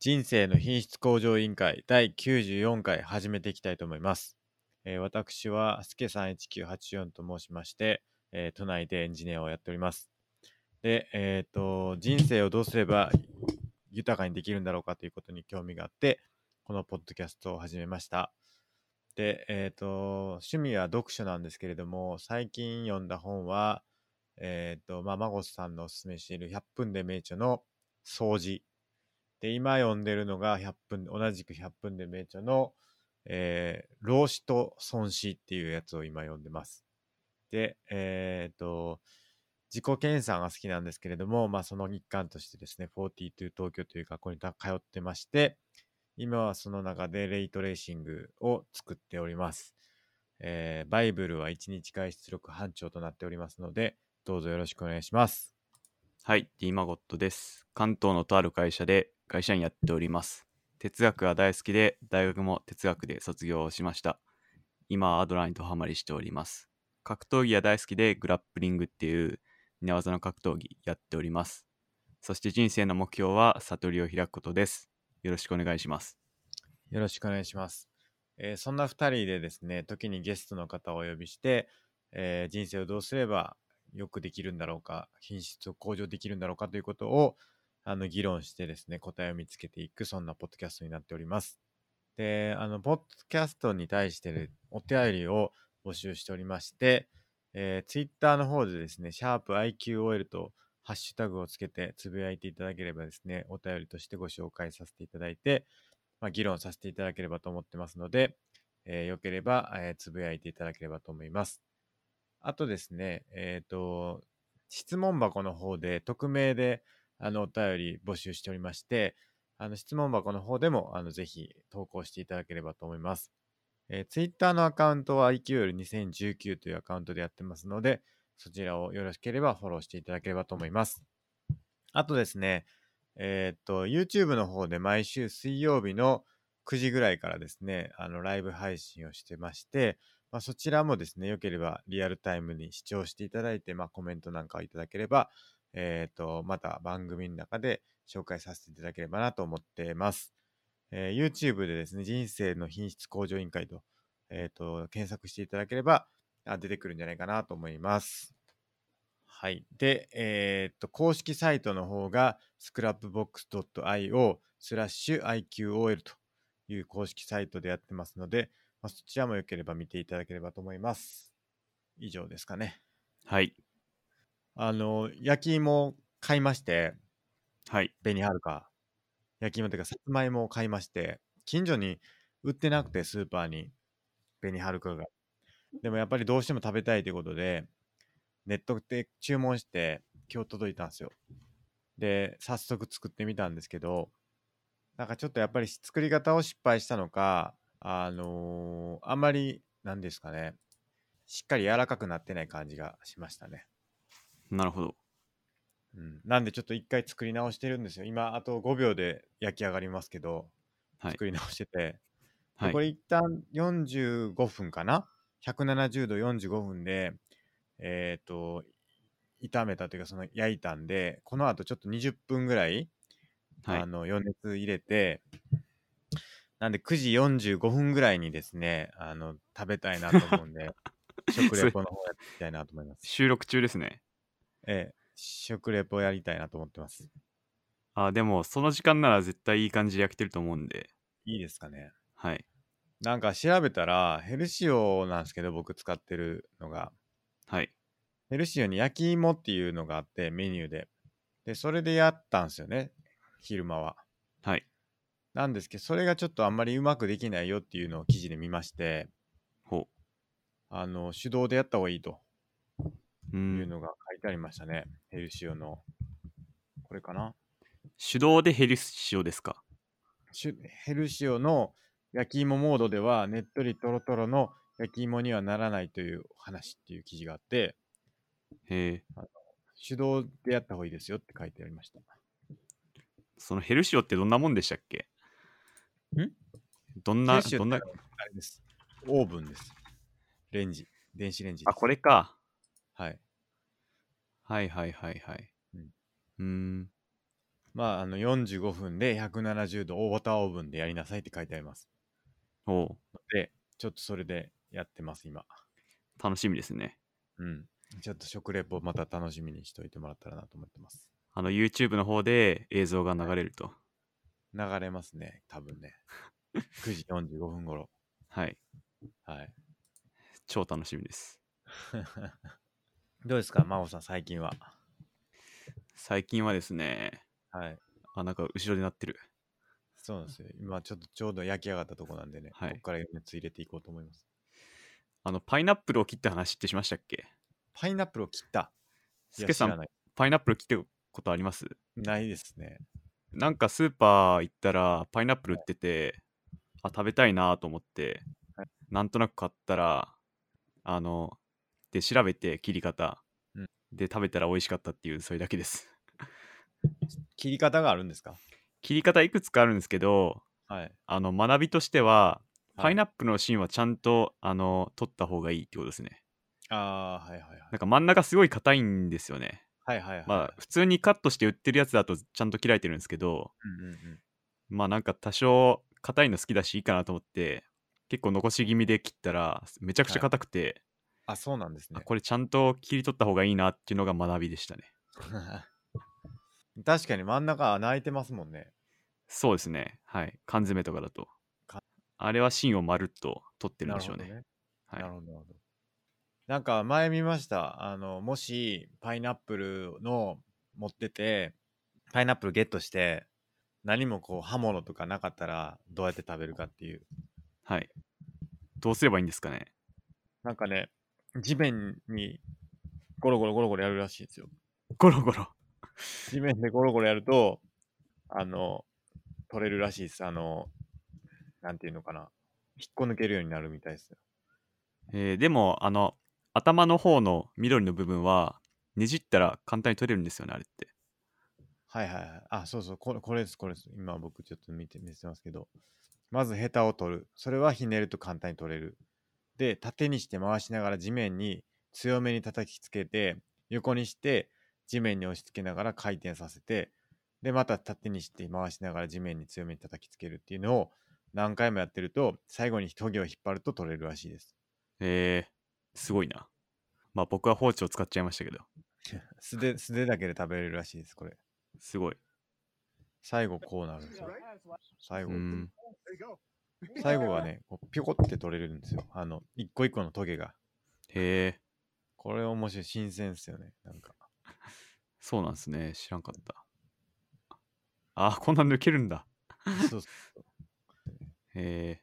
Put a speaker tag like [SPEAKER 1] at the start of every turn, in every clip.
[SPEAKER 1] 人生の品質向上委員会第94回始めていきたいと思います。えー私はすけ31984と申しまして、えー都内でエンジニアをやっております。で、えっ、と、人生をどうすれば豊かにできるんだろうかということに興味があって、このポッドキャストを始めました。で、えっ、と、趣味は読書なんですけれども、最近読んだ本は、えっ、と、まあ、マゴスさんのおすすめしている100分で名著の掃除。で、今読んでるのが100分、同じく100分で名著の、えー、老子と孫子っていうやつを今読んでます。で、えっ、と、自己研鑽が好きなんですけれども、まあ、その一環としてですね、42東京という学校にた通ってまして、今はその中でレイトレーシングを作っております。えーバイブルは1日外出力班長となっておりますので、どうぞよろしくお願いします。
[SPEAKER 2] はい、D マゴットです。関東のとある会社で会社員やっております。哲学が大好きで、大学も哲学で卒業をしました。今はアドラーにドハマりしております。格闘技が大好きで、グラップリングっていう寝技の格闘技やっております。そして人生の目標は悟りを開くことです。よろしくお願いします。
[SPEAKER 1] よろしくお願いします。えーそんな2人でですね、時にゲストの方をお呼びして、えー人生をどうすればよくできるんだろうか、品質を向上できるんだろうかということをあの議論してですね、答えを見つけていく、そんなポッドキャストになっております。で、あの、ポッドキャストに対してねお便りを募集しておりまして、えー、Twitter の方でですね、シャープ i q o l とハッシュタグをつけてつぶやいていただければですね、お便りとしてご紹介させていただいて、まあ、議論させていただければと思ってますので、えーよければ、えーつぶやいていただければと思います。あとですね、えっ、と、質問箱の方で、匿名で、あの、お便り募集しておりまして、あの、質問箱の方でも、あの、ぜひ投稿していただければと思います。えー、Twitter のアカウントは IQL2019 というアカウントでやってますので、そちらをよろしければフォローしていただければと思います。あとですね、えーっと、YouTube の方で毎週水曜日の9時ぐらいからですね、あの、ライブ配信をしてまして、まあ、そちらもですね、よければリアルタイムに視聴していただいて、まあ、コメントなんかをいただければ、えーっと、また番組の中で紹介させていただければなと思ってます。えー YouTube でですね、人生の品質向上委員会と、えーっと、検索していただければ、あ出てくるんじゃないかなと思います。はい。で、えーっと、公式サイトの方が scrapbox.io スラッシュ IQOL という公式サイトでやってますので、まあ、そちらもよければ見ていただければと思います。以上ですかね。
[SPEAKER 2] はい、
[SPEAKER 1] あの、焼き芋買いまして、
[SPEAKER 2] はい、
[SPEAKER 1] 紅はるか。焼き芋というか、さつまいもを買いまして、近所に売ってなくて、スーパーに、紅はるかが。でもやっぱりどうしても食べたいということで、ネットで注文して、今日届いたんですよ。で、早速作ってみたんですけど、なんかちょっとやっぱり作り方を失敗したのか、あのーあんまり、なんですかね、しっかり柔らかくなってない感じがしましたね。
[SPEAKER 2] なるほど。
[SPEAKER 1] うん、なんでちょっと一回作り直してるんですよ。今、あと5秒で焼き上がりますけど、
[SPEAKER 2] はい
[SPEAKER 1] 作、り直してて。で
[SPEAKER 2] はい
[SPEAKER 1] こ、れ一旦45分かな ?170 度45分で、えっ、と、炒めたというか、その焼いたんで、この後ちょっと20分ぐらい、
[SPEAKER 2] は
[SPEAKER 1] あ
[SPEAKER 2] い、
[SPEAKER 1] の、余熱入れて、なんで9時45分ぐらいにですね、あの、食べたいなと思うん で、食レポの方やっていきたいなと思います。
[SPEAKER 2] 収録中ですね。
[SPEAKER 1] ええ、食レポやりたいなと思ってます。
[SPEAKER 2] あ、でも、その時間なら絶対いい感じで焼けてると思うんで、
[SPEAKER 1] いいですかね。
[SPEAKER 2] はい、
[SPEAKER 1] なんか調べたら、ヘルシオなんですけど、僕使ってるのが、
[SPEAKER 2] はい、
[SPEAKER 1] ヘルシオに焼き芋っていうのがあって、メニューで。で、それでやったんですよね、昼間は。
[SPEAKER 2] はい、
[SPEAKER 1] なんですけど、それがちょっとあんまりうまくできないよっていうのを記事で見まして、
[SPEAKER 2] ほ
[SPEAKER 1] あの、手動でやった方がいいと
[SPEAKER 2] う。う
[SPEAKER 1] い
[SPEAKER 2] ん
[SPEAKER 1] うのが書いてありましたね。ヘルシオの。これかな
[SPEAKER 2] 手動でヘルシオですか
[SPEAKER 1] シュヘルシオの焼き芋モードではねっとりとろとろの焼き芋にはならないという話っていう記事があって
[SPEAKER 2] へえ
[SPEAKER 1] 手動でやった方がいいですよって書いてありました
[SPEAKER 2] そのヘルシオってどんなもんでしたっけ
[SPEAKER 1] ん
[SPEAKER 2] どん
[SPEAKER 1] ヘ
[SPEAKER 2] な
[SPEAKER 1] ルシオ
[SPEAKER 2] どんな
[SPEAKER 1] ってあれですオーブンですレンジ電子レンジです
[SPEAKER 2] あこれか
[SPEAKER 1] はい
[SPEAKER 2] はいはいはいはい
[SPEAKER 1] うん
[SPEAKER 2] うーん
[SPEAKER 1] まあ、あの45分で170度をウォーターオーブンでやりなさいって書いてあります。
[SPEAKER 2] おう
[SPEAKER 1] で、ちょっとそれでやってます、今。
[SPEAKER 2] 楽しみですね。
[SPEAKER 1] うん。ちょっと食レポまた楽しみにしておいてもらったらなと思ってます。
[SPEAKER 2] あの YouTube の方で映像が流れると。
[SPEAKER 1] 流れますね、多分 ね。9時45分頃。
[SPEAKER 2] はい。
[SPEAKER 1] はい。
[SPEAKER 2] 超楽しみです。
[SPEAKER 1] どうですか、真帆さん、最近は。
[SPEAKER 2] 最近はですね、
[SPEAKER 1] はい。
[SPEAKER 2] あ、なんか後ろでなってる。
[SPEAKER 1] そうなんですよ。今、ちょっとちょうど焼き上がったとこなんでね、
[SPEAKER 2] はい
[SPEAKER 1] ここから余熱入れていこうと思います。
[SPEAKER 2] あの、パイナップルを切った話ってしましたっけ
[SPEAKER 1] パイナップルを切った。い
[SPEAKER 2] す
[SPEAKER 1] や
[SPEAKER 2] けさ
[SPEAKER 1] 知ら
[SPEAKER 2] ん、
[SPEAKER 1] ない。
[SPEAKER 2] パイナップル切ったことあります
[SPEAKER 1] ないですね。
[SPEAKER 2] なんかスーパー行ったらパイナップル売ってて、あ、食べたいなと思って
[SPEAKER 1] は、
[SPEAKER 2] なんとなく買ったら、あの、で、調べて切り方
[SPEAKER 1] うん。
[SPEAKER 2] で、食べたら美味しかったっていう、それだけです。
[SPEAKER 1] 切り方があるんですか
[SPEAKER 2] 切り方いくつかあるんですけど、
[SPEAKER 1] はい。
[SPEAKER 2] あの、学びとしては、パイナ
[SPEAKER 1] ッ
[SPEAKER 2] ップルの芯はちゃんと、あの、取った方がいいってことですね。
[SPEAKER 1] プル。ああ、はいはいはい
[SPEAKER 2] なんか真ん中すごい硬いんですよね。
[SPEAKER 1] はいはいはい。
[SPEAKER 2] まあ、普通にカットして売ってるやつだとちゃんと切られてるんですけど、
[SPEAKER 1] うんうんうん、
[SPEAKER 2] まあなんか多少硬いの好きだしいいかなと思って結構残し気味で切ったらめちゃくちゃ硬くて、
[SPEAKER 1] あ、そうなんですね
[SPEAKER 2] あ。これちゃんと切り取った方がいいなっていうのが学びでしたね
[SPEAKER 1] 確かに真ん中穴開いてますもんね。
[SPEAKER 2] そうですねはい缶詰とかだと
[SPEAKER 1] か
[SPEAKER 2] あれは芯をまるっと取ってるん
[SPEAKER 1] な
[SPEAKER 2] で
[SPEAKER 1] る
[SPEAKER 2] し
[SPEAKER 1] ほ
[SPEAKER 2] ょう
[SPEAKER 1] ど
[SPEAKER 2] ね
[SPEAKER 1] ね。
[SPEAKER 2] はい
[SPEAKER 1] なるほどなるほど。なんか前見ました。あの、もしパイナップルの持ってて、パイナップルゲットして、何もこう刃物とかなかったらどうやって食べるかっていう。
[SPEAKER 2] はいどうすればいいんですかね
[SPEAKER 1] なんかね、地面にゴロゴロゴロゴロやるらしいですよ。
[SPEAKER 2] ゴロゴロ
[SPEAKER 1] 地面でゴロゴロやると、あの、取れるらしいです。あの、なんていうのかな。引っこ抜けるようになるみたいですよ。
[SPEAKER 2] えーでもあの頭の方の緑の部分はねじったら簡単に取れるんですよねあれって
[SPEAKER 1] はいはいはい。あ、そうそう。これこれです、これです。今僕ちょっと見て、見せますけど。まずヘタを取る。それはひねると簡単に取れる。で、縦にして回しながら地面に強めに叩きつけて、横にして地面に押し付けながら回転させて、で、また縦にして回しながら地面に強めに叩きつけるっていうのを何回もやってると、最後に研ぎを引っ張ると取れるらしいです。
[SPEAKER 2] えー、すごいなまあ僕は包丁使っちゃいましたけど
[SPEAKER 1] 素手、素手だけで食べれるらしいです、これ。
[SPEAKER 2] すごい
[SPEAKER 1] 最後こうなるんですよ。最
[SPEAKER 2] う
[SPEAKER 1] 後。
[SPEAKER 2] ん
[SPEAKER 1] 最後はね、こうピョコって取れるんですよ。あの、一個一個のトゲが。
[SPEAKER 2] へえ
[SPEAKER 1] これ面白い。新鮮ですよね。なんか。
[SPEAKER 2] そうなんですね。知らんかった。あ、こんなん抜けるんだ。
[SPEAKER 1] そうそ
[SPEAKER 2] へえ。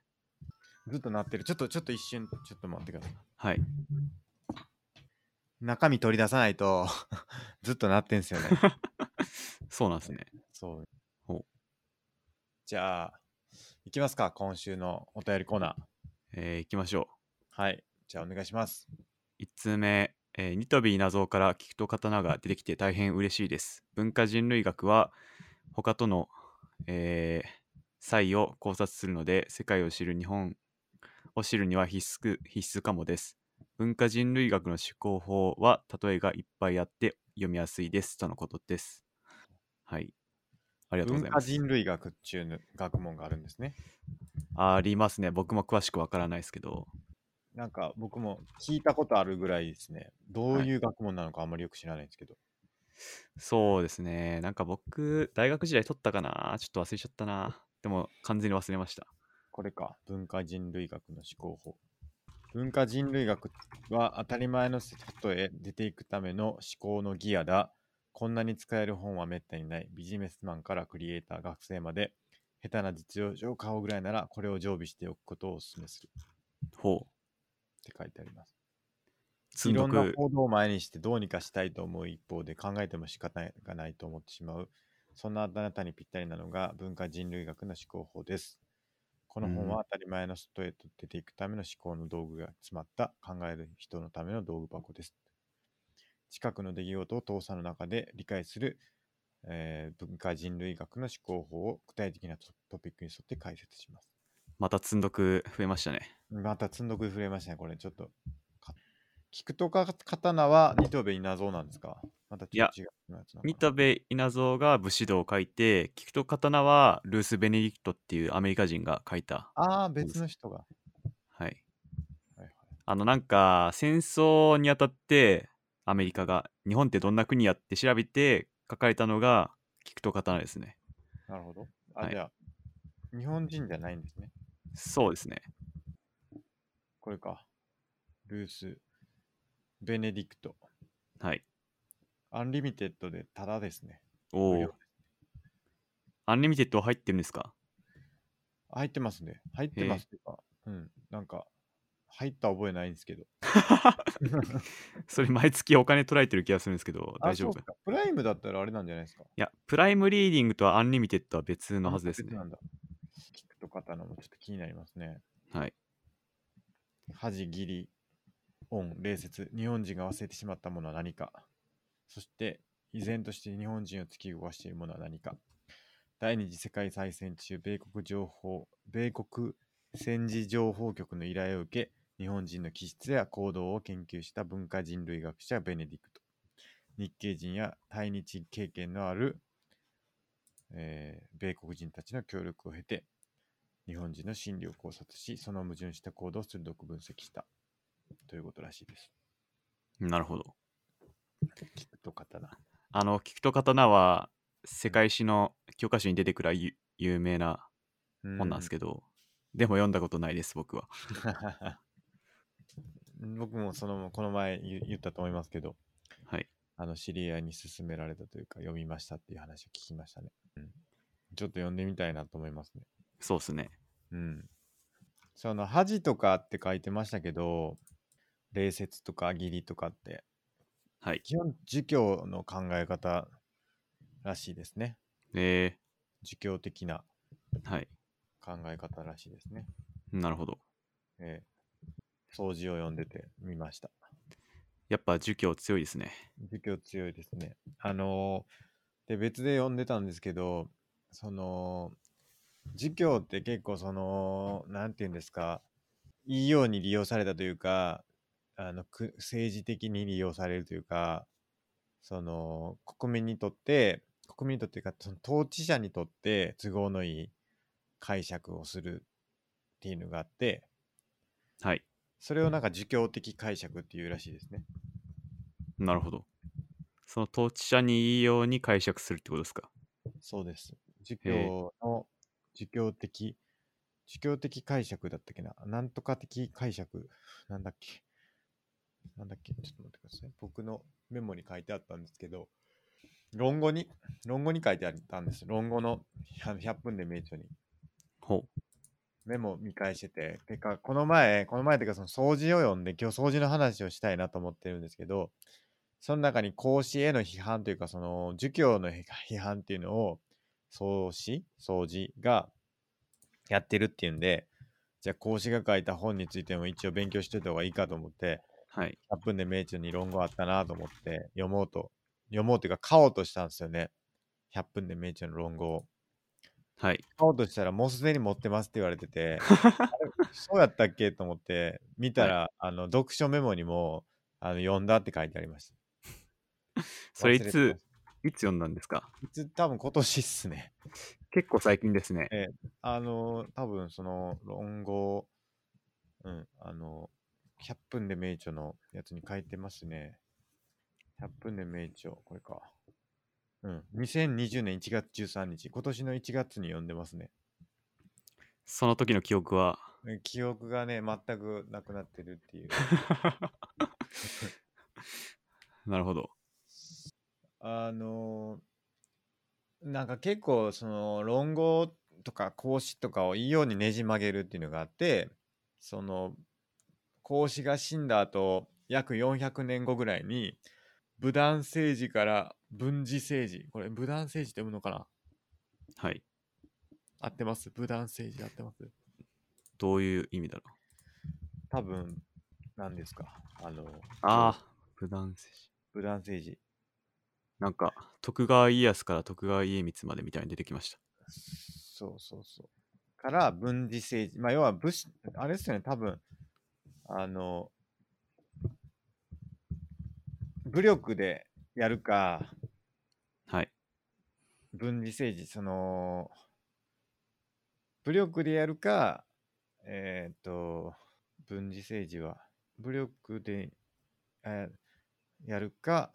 [SPEAKER 1] うずっと鳴ってる。ちょっと、ちょっと一瞬、ちょっと待ってください。
[SPEAKER 2] はい。
[SPEAKER 1] 中身取り出さないと、 ずっと鳴ってんすよね。
[SPEAKER 2] そうなんですね。
[SPEAKER 1] そう。
[SPEAKER 2] ほ
[SPEAKER 1] じゃあ、いきますか。今週のお便りコーナー。
[SPEAKER 2] えー、行きましょ
[SPEAKER 1] はい。じゃあ、お願いします。
[SPEAKER 2] う。1通目、えーニトビー謎から聞くと刀が出てきて大変嬉しいです。文化人類学は他との、えー差異を考察するので、世界を知る日本を知るには必須く必須かもです。文化人類学の思考法は例えがいっぱいあって読みやすいですとのことです。はい。ありがとう
[SPEAKER 1] 文
[SPEAKER 2] ございま
[SPEAKER 1] 化
[SPEAKER 2] す。
[SPEAKER 1] 人類学っていう学問があるんですね。
[SPEAKER 2] ありますね。僕も詳しくわからないですけど。
[SPEAKER 1] なんか、僕も聞いたことあるぐらいですね。どういう学問なのかあんまりよく知らないんですけど。
[SPEAKER 2] そうですね。なんか僕、大学時代取ったかなちょっと忘れちゃったな。でも完全に忘れました。
[SPEAKER 1] これか。文化人類学の思考法。文化人類学は当たり前の外へ出ていくための思考のギアだ。こんなに使える本はめったにない。ビジネスマンからクリエイター、学生まで、下手な実用書を買おうぐらいなら、これを常備しておくことをお勧めする。っ
[SPEAKER 2] ほう。
[SPEAKER 1] て書いてあります。
[SPEAKER 2] 積
[SPEAKER 1] い
[SPEAKER 2] ん
[SPEAKER 1] ろ
[SPEAKER 2] ど
[SPEAKER 1] んな
[SPEAKER 2] く。
[SPEAKER 1] 行動を前にしてどうにかしたいと思う一方で、考えても仕方がないと思ってしまう。そんなあなたにぴったりなのが文化人類学の思考法です。この本
[SPEAKER 2] うん
[SPEAKER 1] は当たり前の外へと出ていくための思考の道具が詰まった考える人のための道具箱です。近くの出来事を倒産の中で理解する、えー文化人類学の思考法を具体的なトトピックに沿って解説します。
[SPEAKER 2] また積んどく増えましたね。
[SPEAKER 1] また積んどくに触れましたね、これちょっと。か菊とか刀は二刀部稲造なんですかまたちょっと違うやつなのかな
[SPEAKER 2] 三田部稲造が武士道を書いて菊と刀はルース・ベネディクトっていうアメリカ人が書いた、
[SPEAKER 1] ああ、別の人が。は
[SPEAKER 2] はい、
[SPEAKER 1] いはい
[SPEAKER 2] あのなんか戦争にあたってアメリカが日本ってどんな国やって調べて書かれたのが菊と刀ですね
[SPEAKER 1] なるほど。
[SPEAKER 2] は
[SPEAKER 1] あ、
[SPEAKER 2] い
[SPEAKER 1] じゃあ、日本人じゃないんですね。
[SPEAKER 2] そうですね
[SPEAKER 1] これか。ルース、ベネディクト。
[SPEAKER 2] はい
[SPEAKER 1] アンリミテッドでタダですね。
[SPEAKER 2] お
[SPEAKER 1] 無
[SPEAKER 2] お
[SPEAKER 1] 料
[SPEAKER 2] アンリミテッド入ってるんですか
[SPEAKER 1] 入ってますね。入ってますっていうか、うん。なんか、入った覚えないんですけど。
[SPEAKER 2] それ毎月お金取られてる気がするんですけど
[SPEAKER 1] あ
[SPEAKER 2] 大丈
[SPEAKER 1] そう
[SPEAKER 2] 夫
[SPEAKER 1] っ
[SPEAKER 2] か
[SPEAKER 1] すかプライムだったらあれなんじゃないですか。
[SPEAKER 2] いやプライムリーディングとはアンリミテッドは別のはずです
[SPEAKER 1] 別
[SPEAKER 2] ね
[SPEAKER 1] なんだ。キックと刀もちょっと気になりますね。
[SPEAKER 2] はい
[SPEAKER 1] 恥義理恩礼節日本人が忘れてしまったものは何かそして依然として日本人を突き動かしているものは何か第二次世界大戦中米国情報米国戦時情報局の依頼を受け日本人の気質や行動を研究した文化人類学者ベネディクト日系人や対日経験のある、えー米国人たちの協力を経て日本人の心理を考察し、その矛盾した行動を鋭く分析したということらしいです。
[SPEAKER 2] なるほど
[SPEAKER 1] 聞くと刀。
[SPEAKER 2] あの菊と刀は世界史の教科書に出てくるゆ有名な本なんですけど、でも読んだことないです僕は
[SPEAKER 1] ど。 僕もそのこの前言言ったと思いますけど、
[SPEAKER 2] はい
[SPEAKER 1] あの知り合いに勧められたというか、読みましたっていう話を聞きましたね。うん、ちょっと読んでみたいなと思いますね。
[SPEAKER 2] そうですね
[SPEAKER 1] うん。その恥とかって書いてましたけど、礼節とか義理とかって、
[SPEAKER 2] はい
[SPEAKER 1] 基本儒教の考え方らしいですね。
[SPEAKER 2] え
[SPEAKER 1] 儒教的な
[SPEAKER 2] ー、はい
[SPEAKER 1] 考え方らしいですね。
[SPEAKER 2] なるほど
[SPEAKER 1] ええ掃除を読んでてみました。
[SPEAKER 2] やっぱ儒教強いですね
[SPEAKER 1] 儒教強いですね。あのーで、別で読んでたんですけど、その、儒教って結構その、なんていうんですか、いいように利用されたというか、あの、く政治的に利用されるというか、その、国民にとって、国民にとっていうか、その統治者にとって都合のいい解釈をするっていうのがあって、
[SPEAKER 2] はい
[SPEAKER 1] それをなんか儒教的解釈っていうらしいですね。
[SPEAKER 2] なるほどその統治者にいいように解釈するってことですか
[SPEAKER 1] そうです。儒
[SPEAKER 2] へえ
[SPEAKER 1] 教の儒教的、儒教的解釈だったっけな。なんとか的解釈。なんだっけ。なんだっけ。ちょっと待ってください。僕のメモに書いてあったんですけど、論語に、論語に書いてあったんです。論語のあの100分で名著に。
[SPEAKER 2] ほ
[SPEAKER 1] メモ見返してて、てか、この前、この前っていうか、その掃除を読んで、今日掃除の話をしたいなと思ってるんですけど、その中に孔子への批判というか、その、儒教の批批判っていうのを、孔子、掃除がやってるっていうんで、じゃあ孔子が書いた本についても一応勉強しておいた方がいいかと思って、
[SPEAKER 2] うはい
[SPEAKER 1] 100分で名著に論語あったなと思って、読もうと、読もうというか、買おうとしたんですよね。100分で名著の論語を。
[SPEAKER 2] はい
[SPEAKER 1] 買おうとしたらもうすでに持ってますって言われてて あれそうやったっけと思って見たら、あの読書メモにもあの読んだって書いてありました
[SPEAKER 2] それい
[SPEAKER 1] 忘て
[SPEAKER 2] ついつ読んだんですか
[SPEAKER 1] ましたいつ多分今年っすね
[SPEAKER 2] 結構最近ですね
[SPEAKER 1] あの多分その論語うんあの100分で名著のやつに書いてますね100分で名著これかうん2020年1月13日今年の1月に読んでますね
[SPEAKER 2] その時の記憶は
[SPEAKER 1] うん記憶がね全くなくなってるっていう
[SPEAKER 2] なるほど
[SPEAKER 1] あのーなんか結構その論語とか孔子とかをいいようにねじ曲げるっていうのがあってその孔子が死んだ後約400年後ぐらいに武断政治から文治政治これ武断政治って読むのかな
[SPEAKER 2] はい
[SPEAKER 1] 合ってます武断政治合ってます
[SPEAKER 2] どういう意味だろう
[SPEAKER 1] 多分何ですかあの
[SPEAKER 2] ああ無断政治
[SPEAKER 1] 武断政治
[SPEAKER 2] なんか徳川家康から徳川家光までみたいに出てきました
[SPEAKER 1] そうそうそう。から文治政治。まあ、要は武士、あれですよね、多分、あの、武力でやるか、
[SPEAKER 2] はい。
[SPEAKER 1] 分離政治、その、武力でやるか、えっ、と、分離政治は、武力で、えーやるか、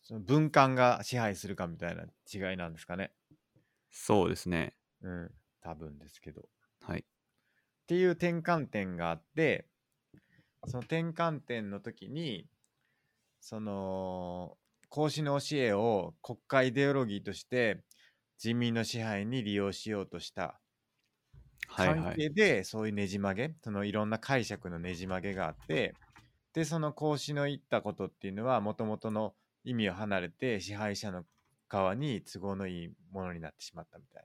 [SPEAKER 1] その文官が支配するかみたいな違いなんですかね。
[SPEAKER 2] そうですね。
[SPEAKER 1] うん、多分ですけど。
[SPEAKER 2] はい。
[SPEAKER 1] っていう転換点があってその転換点の時にその孔子の教えを国家イデオロギーとして人民の支配に利用しようとした
[SPEAKER 2] はいは
[SPEAKER 1] 関
[SPEAKER 2] い。
[SPEAKER 1] 係でそういうねじ曲げ、そのいろんな解釈のねじ曲げがあってでその孔子の言ったことっていうのはもともとの意味を離れて支配者の側に都合のいいものになってしまったみたい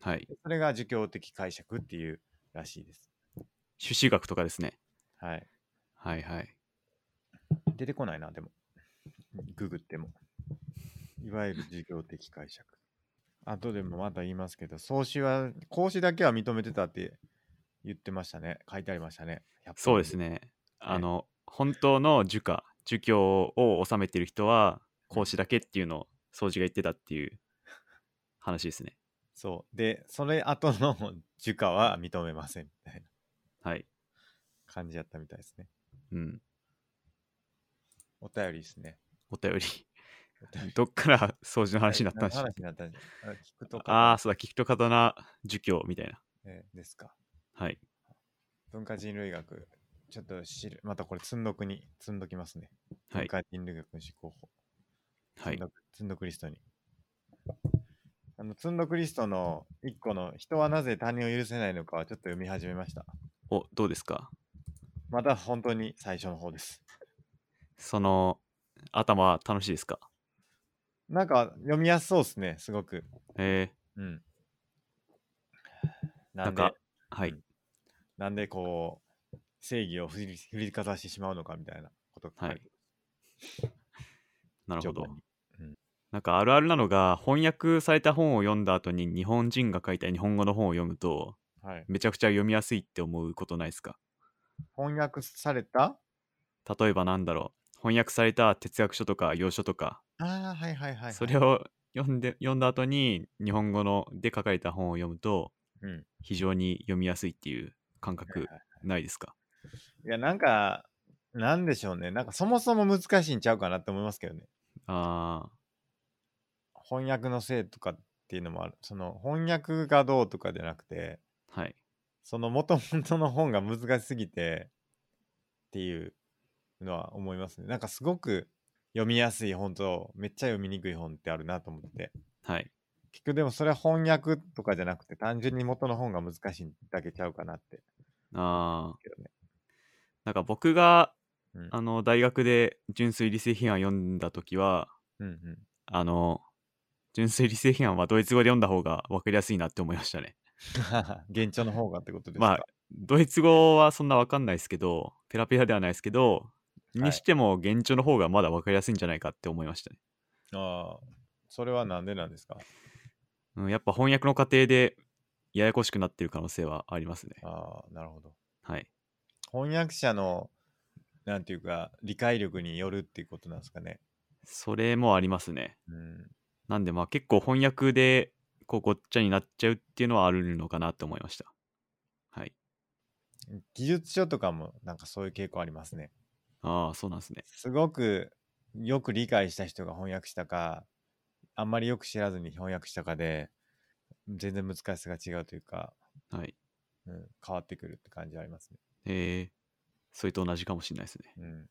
[SPEAKER 2] はい。
[SPEAKER 1] なそれが儒教的解釈っていうらしいです。
[SPEAKER 2] 朱子学とかですね。
[SPEAKER 1] はい
[SPEAKER 2] はいはい。
[SPEAKER 1] 出てこないな、でも。ググっても。いわゆる授業的解釈。あとでもまた言いますけど、創始は、講師だけは認めてたって言ってましたね。書いてありましたね。100
[SPEAKER 2] そうですね。あの、本当の儒家、儒教を治めてる人は、孔子だけっていうのを、掃除が言ってたっていう話ですね。
[SPEAKER 1] そう。で、それ後の儒家は認めませんみたいな
[SPEAKER 2] はい。
[SPEAKER 1] 感じやったみたいですね。
[SPEAKER 2] うん。
[SPEAKER 1] お便りですね。
[SPEAKER 2] お便り。
[SPEAKER 1] お便り
[SPEAKER 2] どっから 掃除の話になったんでしょ
[SPEAKER 1] 何の
[SPEAKER 2] う
[SPEAKER 1] 話になったんでしょうあ聞くとか。
[SPEAKER 2] ああ、そうだ、キクトカタナ儒教みたいな。
[SPEAKER 1] えーですか。
[SPEAKER 2] はい。
[SPEAKER 1] 文化人類学。ちょっと知る。またこれ積んどくに、積んどきますね。
[SPEAKER 2] は
[SPEAKER 1] 文
[SPEAKER 2] い。
[SPEAKER 1] 化人類学の思考法。
[SPEAKER 2] はい。
[SPEAKER 1] ツンドクリストに。あの、ツンドクリストの一個の人はなぜ他人を許せないのかはちょっと読み始めました。
[SPEAKER 2] お、どうですか
[SPEAKER 1] また本当に最初の方です。
[SPEAKER 2] その、頭は楽しいですか
[SPEAKER 1] なんか読みやすそうですね、すごく。
[SPEAKER 2] え
[SPEAKER 1] うん。
[SPEAKER 2] ー、
[SPEAKER 1] な
[SPEAKER 2] なん
[SPEAKER 1] ん
[SPEAKER 2] か
[SPEAKER 1] で、、
[SPEAKER 2] は
[SPEAKER 1] う
[SPEAKER 2] い
[SPEAKER 1] ん。なんでこう、正義を振り振りかざしてしまうのかみたいなことが書
[SPEAKER 2] はい
[SPEAKER 1] て。
[SPEAKER 2] なるほ
[SPEAKER 1] 序
[SPEAKER 2] ど
[SPEAKER 1] 盤。に
[SPEAKER 2] なんかあるあるなのが、翻訳された本を読んだ後に日本人が書いた日本語の本を読むと、
[SPEAKER 1] はい。
[SPEAKER 2] めちゃくちゃ読みやすいって思うことないですか
[SPEAKER 1] 翻訳された
[SPEAKER 2] 例えばなんだろう。翻訳された哲学書とか洋書とか、
[SPEAKER 1] ああ、はいはいはい、はい。
[SPEAKER 2] それを読んで読んだ後に日本語ので書かれた本を読むと、
[SPEAKER 1] うん。
[SPEAKER 2] 非常に読みやすいっていう感覚ないですか
[SPEAKER 1] いや、なんか、なんでしょうね。なんかそもそも難しいんちゃうかなって思いますけどね。
[SPEAKER 2] あ
[SPEAKER 1] 翻訳のせいとかっていうのもあるその翻訳がどうとかじゃなくて
[SPEAKER 2] あはい
[SPEAKER 1] その元々の本が難しすぎてっていうのは思いますねなんかすごく読みやすい本とめっちゃ読みにくい本ってあるなと思って
[SPEAKER 2] はい
[SPEAKER 1] 結局でもそれは翻訳とかじゃなくて単純に元の本が難しいだけちゃうかなって
[SPEAKER 2] ああ
[SPEAKER 1] けどね
[SPEAKER 2] なんか僕が
[SPEAKER 1] うん
[SPEAKER 2] あの大学で純粋理性批判読んだ時は
[SPEAKER 1] うんうん
[SPEAKER 2] あの純粋理性批判はドイツ語で読んだ方が分かりやすいなって思いましたね
[SPEAKER 1] 現状の方がってことですか、
[SPEAKER 2] まあドイツ語はそんな分かんないですけどペラペラではないですけど
[SPEAKER 1] い
[SPEAKER 2] にしても現状の方がまだ分かりやすいんじゃないかって思いましたね、
[SPEAKER 1] あーそれはなんでなんですか
[SPEAKER 2] うん、やっぱ翻訳の過程でややこしくなってる可能性はありますね
[SPEAKER 1] ああなるほど
[SPEAKER 2] はい
[SPEAKER 1] 翻訳者のなんていうか理解力によるっていうことなんですかね。
[SPEAKER 2] それもありますね
[SPEAKER 1] うん、
[SPEAKER 2] なんでまあ結構翻訳でこうごっちゃになっちゃうっていうのはあるのかなと思いました。はい。
[SPEAKER 1] 技術書とかもなんかそういう傾向ありますね。
[SPEAKER 2] ああ、そうなんですね。
[SPEAKER 1] すごくよく理解した人が翻訳したかあんまりよく知らずに翻訳したかで全然難しさが違うというか、
[SPEAKER 2] はい。
[SPEAKER 1] うん、変わってくるって感じありますね。
[SPEAKER 2] えー、それと同じかもしれないですね。
[SPEAKER 1] うん、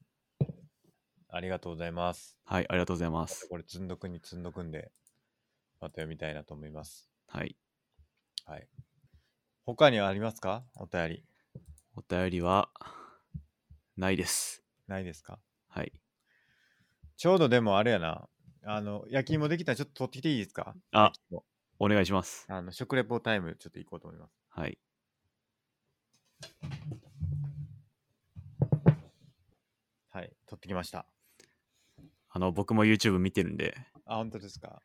[SPEAKER 1] ありがとうございます。
[SPEAKER 2] はい、ありがとうございま
[SPEAKER 1] また
[SPEAKER 2] す。
[SPEAKER 1] これ積んどくに積んどくんでまた読みたいなと思います。
[SPEAKER 2] はい。
[SPEAKER 1] はい。他にはありますかお便り。
[SPEAKER 2] お便りは、ないです。
[SPEAKER 1] ないですか
[SPEAKER 2] はい。
[SPEAKER 1] ちょうどでもあれやな。あの、焼き芋できたらちょっと取ってきていいですか
[SPEAKER 2] あ
[SPEAKER 1] 焼き芋
[SPEAKER 2] お願いします。
[SPEAKER 1] あの、食レポタイムちょっと行こうと思います。
[SPEAKER 2] はい。
[SPEAKER 1] はい、取ってきました。
[SPEAKER 2] あの、僕も YouTube 見てるんで、
[SPEAKER 1] あ、本当ですか。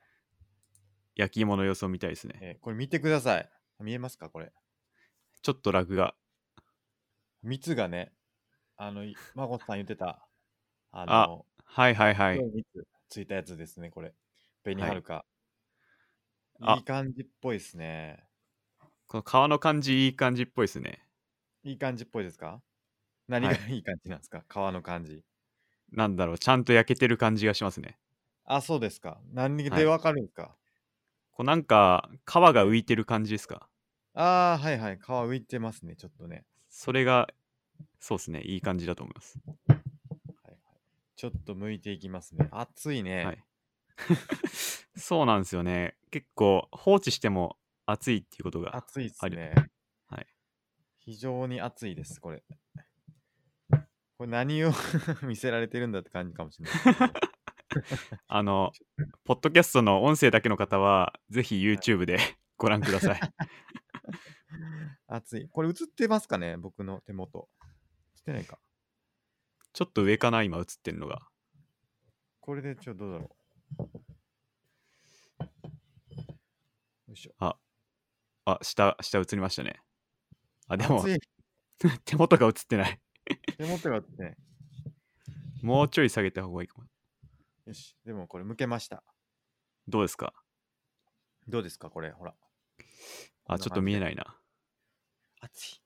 [SPEAKER 2] 焼き芋の様子を見たいですね。
[SPEAKER 1] えーこれ見てください。見えますかこれ。
[SPEAKER 2] ちょっとラグが。
[SPEAKER 1] 蜜がね、あの、いまこさん言ってた、あの、
[SPEAKER 2] はいはいはい。
[SPEAKER 1] 黒い蜜ついたやつですね、これ。紅
[SPEAKER 2] はい
[SPEAKER 1] はるか。
[SPEAKER 2] あ
[SPEAKER 1] いい感じっぽいですね。
[SPEAKER 2] この川の感じいい感じっぽいですね。
[SPEAKER 1] いい感じっぽいですか何が
[SPEAKER 2] はい
[SPEAKER 1] いい感じなんですか、皮の感じ。
[SPEAKER 2] なんだろう、ちゃんと焼けてる感じがしますね。
[SPEAKER 1] あ、そうですか。何
[SPEAKER 2] は
[SPEAKER 1] で
[SPEAKER 2] い
[SPEAKER 1] わかるんですか、
[SPEAKER 2] こうなんか皮が浮いてる感じですか
[SPEAKER 1] ああ、はいはい。皮浮いてますね、ちょっとね。
[SPEAKER 2] それがそうですねいい感じだと思います、
[SPEAKER 1] はいはい、ちょっと剥いていきますね。熱いね。
[SPEAKER 2] はい、 そうなんですよね結構放置しても熱いっていうことが
[SPEAKER 1] 熱いですね。
[SPEAKER 2] ありはい。
[SPEAKER 1] 非常に熱いです、これ。これ何を 見せられてるんだって感じかもしれないです けど。
[SPEAKER 2] あのポッドキャストの音声だけの方はぜひ YouTube で ご覧ください
[SPEAKER 1] 熱い。これ映ってますかね僕の手元。映ってないか。
[SPEAKER 2] ちょっと上かな今映ってるのが
[SPEAKER 1] これでちょっとどうだろう。よいしょ。
[SPEAKER 2] あ下下映りましたねあでも
[SPEAKER 1] 熱い。
[SPEAKER 2] 手元が映ってない
[SPEAKER 1] 手元が映ってない。
[SPEAKER 2] もうちょい下げた方がいいかも
[SPEAKER 1] よし。でもこれ向けました。
[SPEAKER 2] どうですか
[SPEAKER 1] どうですかこれ、ほら。
[SPEAKER 2] あちょっと見えないな
[SPEAKER 1] 熱い。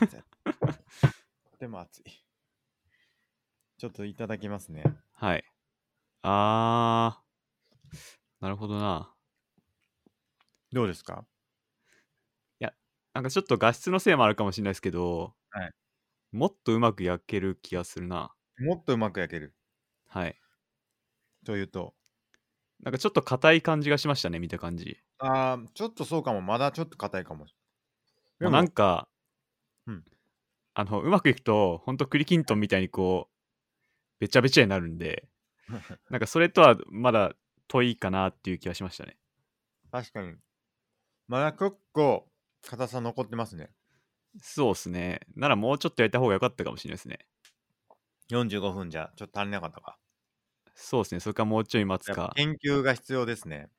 [SPEAKER 1] 熱い とても熱い。ちょっといただきますね。
[SPEAKER 2] はい。あー、なるほどな。
[SPEAKER 1] どうですか
[SPEAKER 2] なんかちょっと画質のせいもあるかもしれないですけど、
[SPEAKER 1] はい
[SPEAKER 2] もっとうまく焼ける気がするな。
[SPEAKER 1] もっとうまく焼ける。
[SPEAKER 2] はい。
[SPEAKER 1] というと。
[SPEAKER 2] なんかちょっと硬い感じがしましたね、見た感じ。
[SPEAKER 1] あーちょっとそうかも。まだちょっと硬いかも。
[SPEAKER 2] もうなんか、
[SPEAKER 1] うん
[SPEAKER 2] あの、うまくいくと、ほんと栗きんとんみたいにこう、べちゃべちゃになるん で、なんかそれとはまだ遠いかなっていう気がしましたね。
[SPEAKER 1] 確かに。まだ結構硬さ残ってますね。
[SPEAKER 2] そうですね。ならもうちょっと焼いた方が良かったかもしれないですね。
[SPEAKER 1] 45分じゃちょっと足りなかったか。
[SPEAKER 2] そうですね。それかもうちょい待つ
[SPEAKER 1] やっぱ
[SPEAKER 2] か。
[SPEAKER 1] 研究が必要ですね。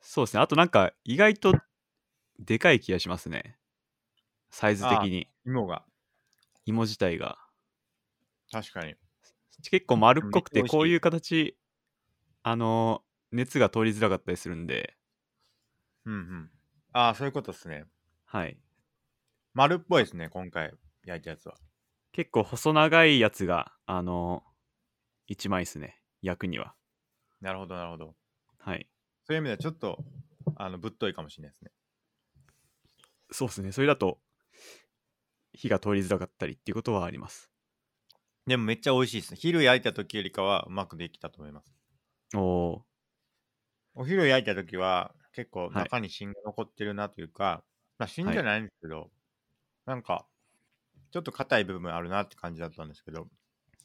[SPEAKER 2] そうですね。あとなんか意外とでかい気がしますね。サイズ的に。
[SPEAKER 1] 芋が。
[SPEAKER 2] 芋自体が。
[SPEAKER 1] 確かに。
[SPEAKER 2] 結構丸っこく
[SPEAKER 1] う
[SPEAKER 2] て、
[SPEAKER 1] んめっちゃ美味しい
[SPEAKER 2] こういう形、あの、熱が通りづらかったりするんで、
[SPEAKER 1] うんうん。ああ、そういうことですね。
[SPEAKER 2] はい。
[SPEAKER 1] 丸っぽいですね、今回焼いたやつは。
[SPEAKER 2] 結構細長いやつが、あの、一枚ですね。焼くには。
[SPEAKER 1] なるほど、なるほど。
[SPEAKER 2] はい。
[SPEAKER 1] そういう意味ではちょっとあのぶっといかもしれないですね。
[SPEAKER 2] そうですね。それだと、火が通りづらかったりっていうことはあります。
[SPEAKER 1] でもめっちゃ美味しいですね。昼焼いた時よりかはうまくできたと思います。
[SPEAKER 2] おお
[SPEAKER 1] お昼焼いた時は結構
[SPEAKER 2] い
[SPEAKER 1] 中に芯が残ってるなというか、まあ芯じゃないんですけど、なんかちょっと硬い部分あるなって感じだったんですけど、
[SPEAKER 2] ー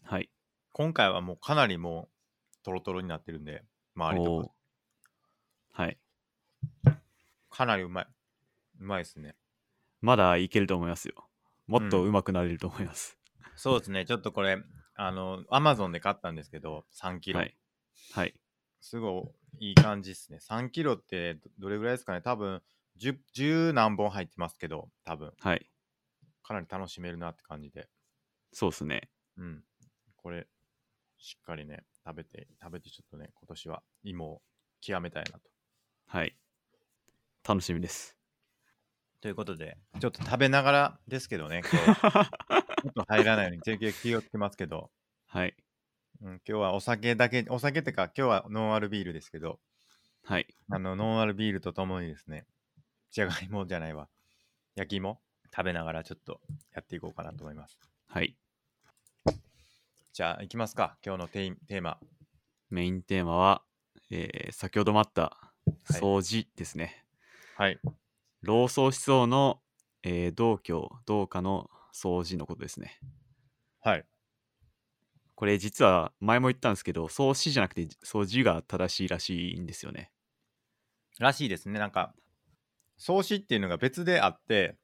[SPEAKER 2] はい。
[SPEAKER 1] 今回はもうかなりもうトロトロになってるんで、周り
[SPEAKER 2] お
[SPEAKER 1] と
[SPEAKER 2] ーはい。
[SPEAKER 1] かかなりうまい。うまいですね。
[SPEAKER 2] まだいけると思いますよ。もっと上手くなれると思います。
[SPEAKER 1] そうですね。ちょっとこれ、あの、アマゾンで買ったんですけど、3キロ。
[SPEAKER 2] はい。はい。
[SPEAKER 1] すごいいい感じですね。3キロってどどれぐらいですかね多分10、10何本入ってますけど、多分
[SPEAKER 2] はい。
[SPEAKER 1] かなり楽しめるなって感じで。
[SPEAKER 2] そうですね。
[SPEAKER 1] うん。これ、しっかりね、食べて、食べてちょっとね、今年は芋を極めたいなと。
[SPEAKER 2] はい。楽しみ です。
[SPEAKER 1] ということで、ちょっと食べながらですけどね、今日、 ちょっと入らないように、全然気をつけますけど、
[SPEAKER 2] はい。
[SPEAKER 1] うん、今日はお酒だけ、お酒ってか、今日はノンアルビールですけど、
[SPEAKER 2] はい。
[SPEAKER 1] あの、ノンアルビールとともにですね、 じゃがいもじゃないわ、焼き芋食べながらちょっとやっていこうかなと思います。
[SPEAKER 2] はい。
[SPEAKER 1] じゃあ、いきますか。今日のテイテーマ。
[SPEAKER 2] メインテーマは、えー先ほどもあった
[SPEAKER 1] い
[SPEAKER 2] 掃除ですね。
[SPEAKER 1] はい。
[SPEAKER 2] 老僧思想の、えー道教、道家の掃除のことですね。
[SPEAKER 1] はい。
[SPEAKER 2] これ実は前も言ったんですけど、掃除じゃなくて掃除が正しいらしいんですよね。
[SPEAKER 1] らしいですね。なんか、創始っていうのが別であって、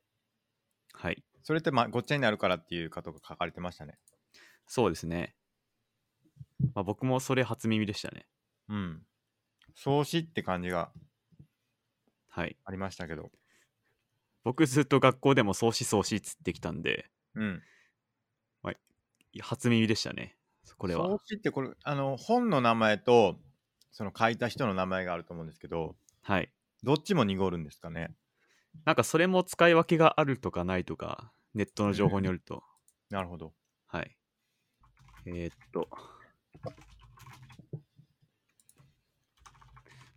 [SPEAKER 2] はい。
[SPEAKER 1] それって、まあ、ごっちゃになるからっていうことが書かれてましたね。
[SPEAKER 2] そうですね。まあ、僕もそれ初耳でしたね。
[SPEAKER 1] うん。創始って感じが
[SPEAKER 2] はい。
[SPEAKER 1] ありましたけど。
[SPEAKER 2] 僕ずっと学校でも創始創始っつってきたんで、
[SPEAKER 1] うん。
[SPEAKER 2] 初耳でしたね。これは。
[SPEAKER 1] 表紙ってこれあの本の名前とその書いた人の名前があると思うんですけど
[SPEAKER 2] はい。
[SPEAKER 1] どっちも濁るんですかね
[SPEAKER 2] なんかそれも使い分けがあるとかないとか、ネットの情報によると。
[SPEAKER 1] なるほど
[SPEAKER 2] はい。えーっと。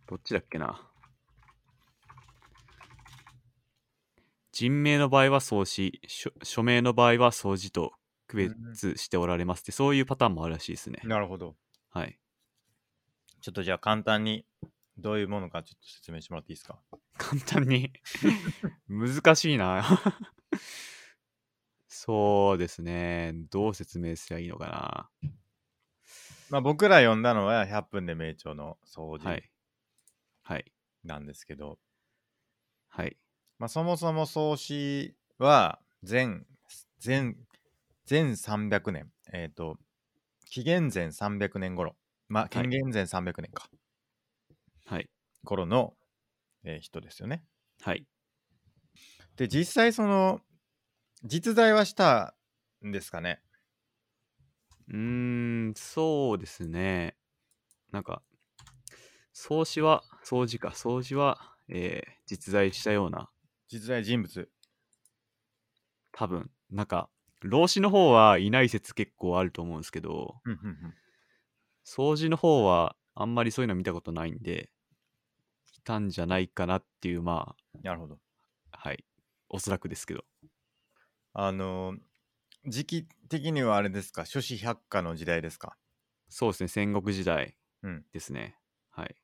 [SPEAKER 2] どっちだっけな。人名の場合は総詞、署署名の場合は総字と区別しておられますって、そういうパターンもあるらしいですね。
[SPEAKER 1] なるほど
[SPEAKER 2] はい。
[SPEAKER 1] ちょっとじゃあ簡単にどういうものかちょっと説明してもらっていいですか
[SPEAKER 2] 簡単に難しいなそうですねどう説明すればいいのか
[SPEAKER 1] まあ僕ら読んだのは100分で名著の掃
[SPEAKER 2] なは
[SPEAKER 1] 除
[SPEAKER 2] いはい
[SPEAKER 1] なんですけど、
[SPEAKER 2] はい
[SPEAKER 1] まあそもそも創始は全全全300年えっ、と紀元前300年頃まあ
[SPEAKER 2] は
[SPEAKER 1] 紀
[SPEAKER 2] い
[SPEAKER 1] 元前300年か、
[SPEAKER 2] はい
[SPEAKER 1] 頃の、えー人ですよね
[SPEAKER 2] はい
[SPEAKER 1] で実際その実在はしたんですかね
[SPEAKER 2] うーんそうですねなんか掃除は掃除か掃除は、えー実在したような
[SPEAKER 1] 実在人物
[SPEAKER 2] 多分なんか老子の方はいない説結構あると思うんですけど
[SPEAKER 1] うんうんうん
[SPEAKER 2] 掃除の方はあんまりそういうの見たことないんで、いたんじゃないかなっていう、ま
[SPEAKER 1] なるほど
[SPEAKER 2] あ、はい、おそらくですけど。
[SPEAKER 1] あのー時期的にはあれですか諸子百科の時代ですか
[SPEAKER 2] そうですね、戦国時代
[SPEAKER 1] うん
[SPEAKER 2] ですね。はい。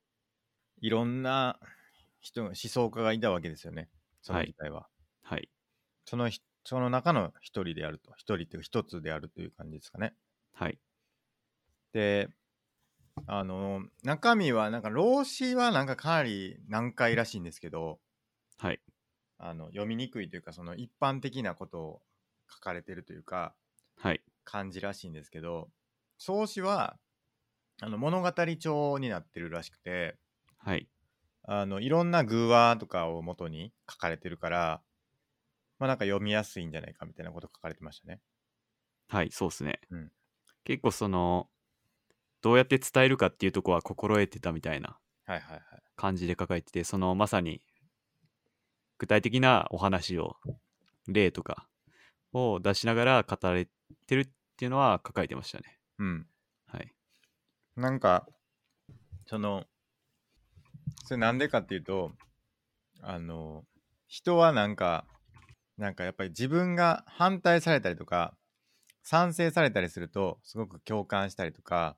[SPEAKER 1] いろんな人が思想家がいたわけですよねその時代は、
[SPEAKER 2] はい。
[SPEAKER 1] そのひその中の一人であると一人っていうか一つであるという感じですかね
[SPEAKER 2] はい。
[SPEAKER 1] であの中身はなんか老子はなんかかなり難解らしいんですけど
[SPEAKER 2] はい。
[SPEAKER 1] あの読みにくいというかその一般的なことを書かれてるというか
[SPEAKER 2] はい。
[SPEAKER 1] 感じらしいんですけど創始はあの物語調になってるらしくて
[SPEAKER 2] はい。
[SPEAKER 1] あのいろんな偶話とかを元に書かれてるからまあなんか読みやすいんじゃないかみたいなこと書かれてましたね。
[SPEAKER 2] はい、そうですね。
[SPEAKER 1] うん
[SPEAKER 2] 結構その、どうやって伝えるかっていうとこは心得てたみたいな
[SPEAKER 1] はいはいはい。
[SPEAKER 2] 感じで書かれてて、そのまさに具体的なお話を、例とかを出しながら語られてるっていうのは書かれてましたね。
[SPEAKER 1] うん。
[SPEAKER 2] はい。
[SPEAKER 1] なんか、その、それなんでかっていうと、あの、人はなんか、なんかやっぱり自分が反対されたりとか、賛成されたりすると、すごく共感したりとか、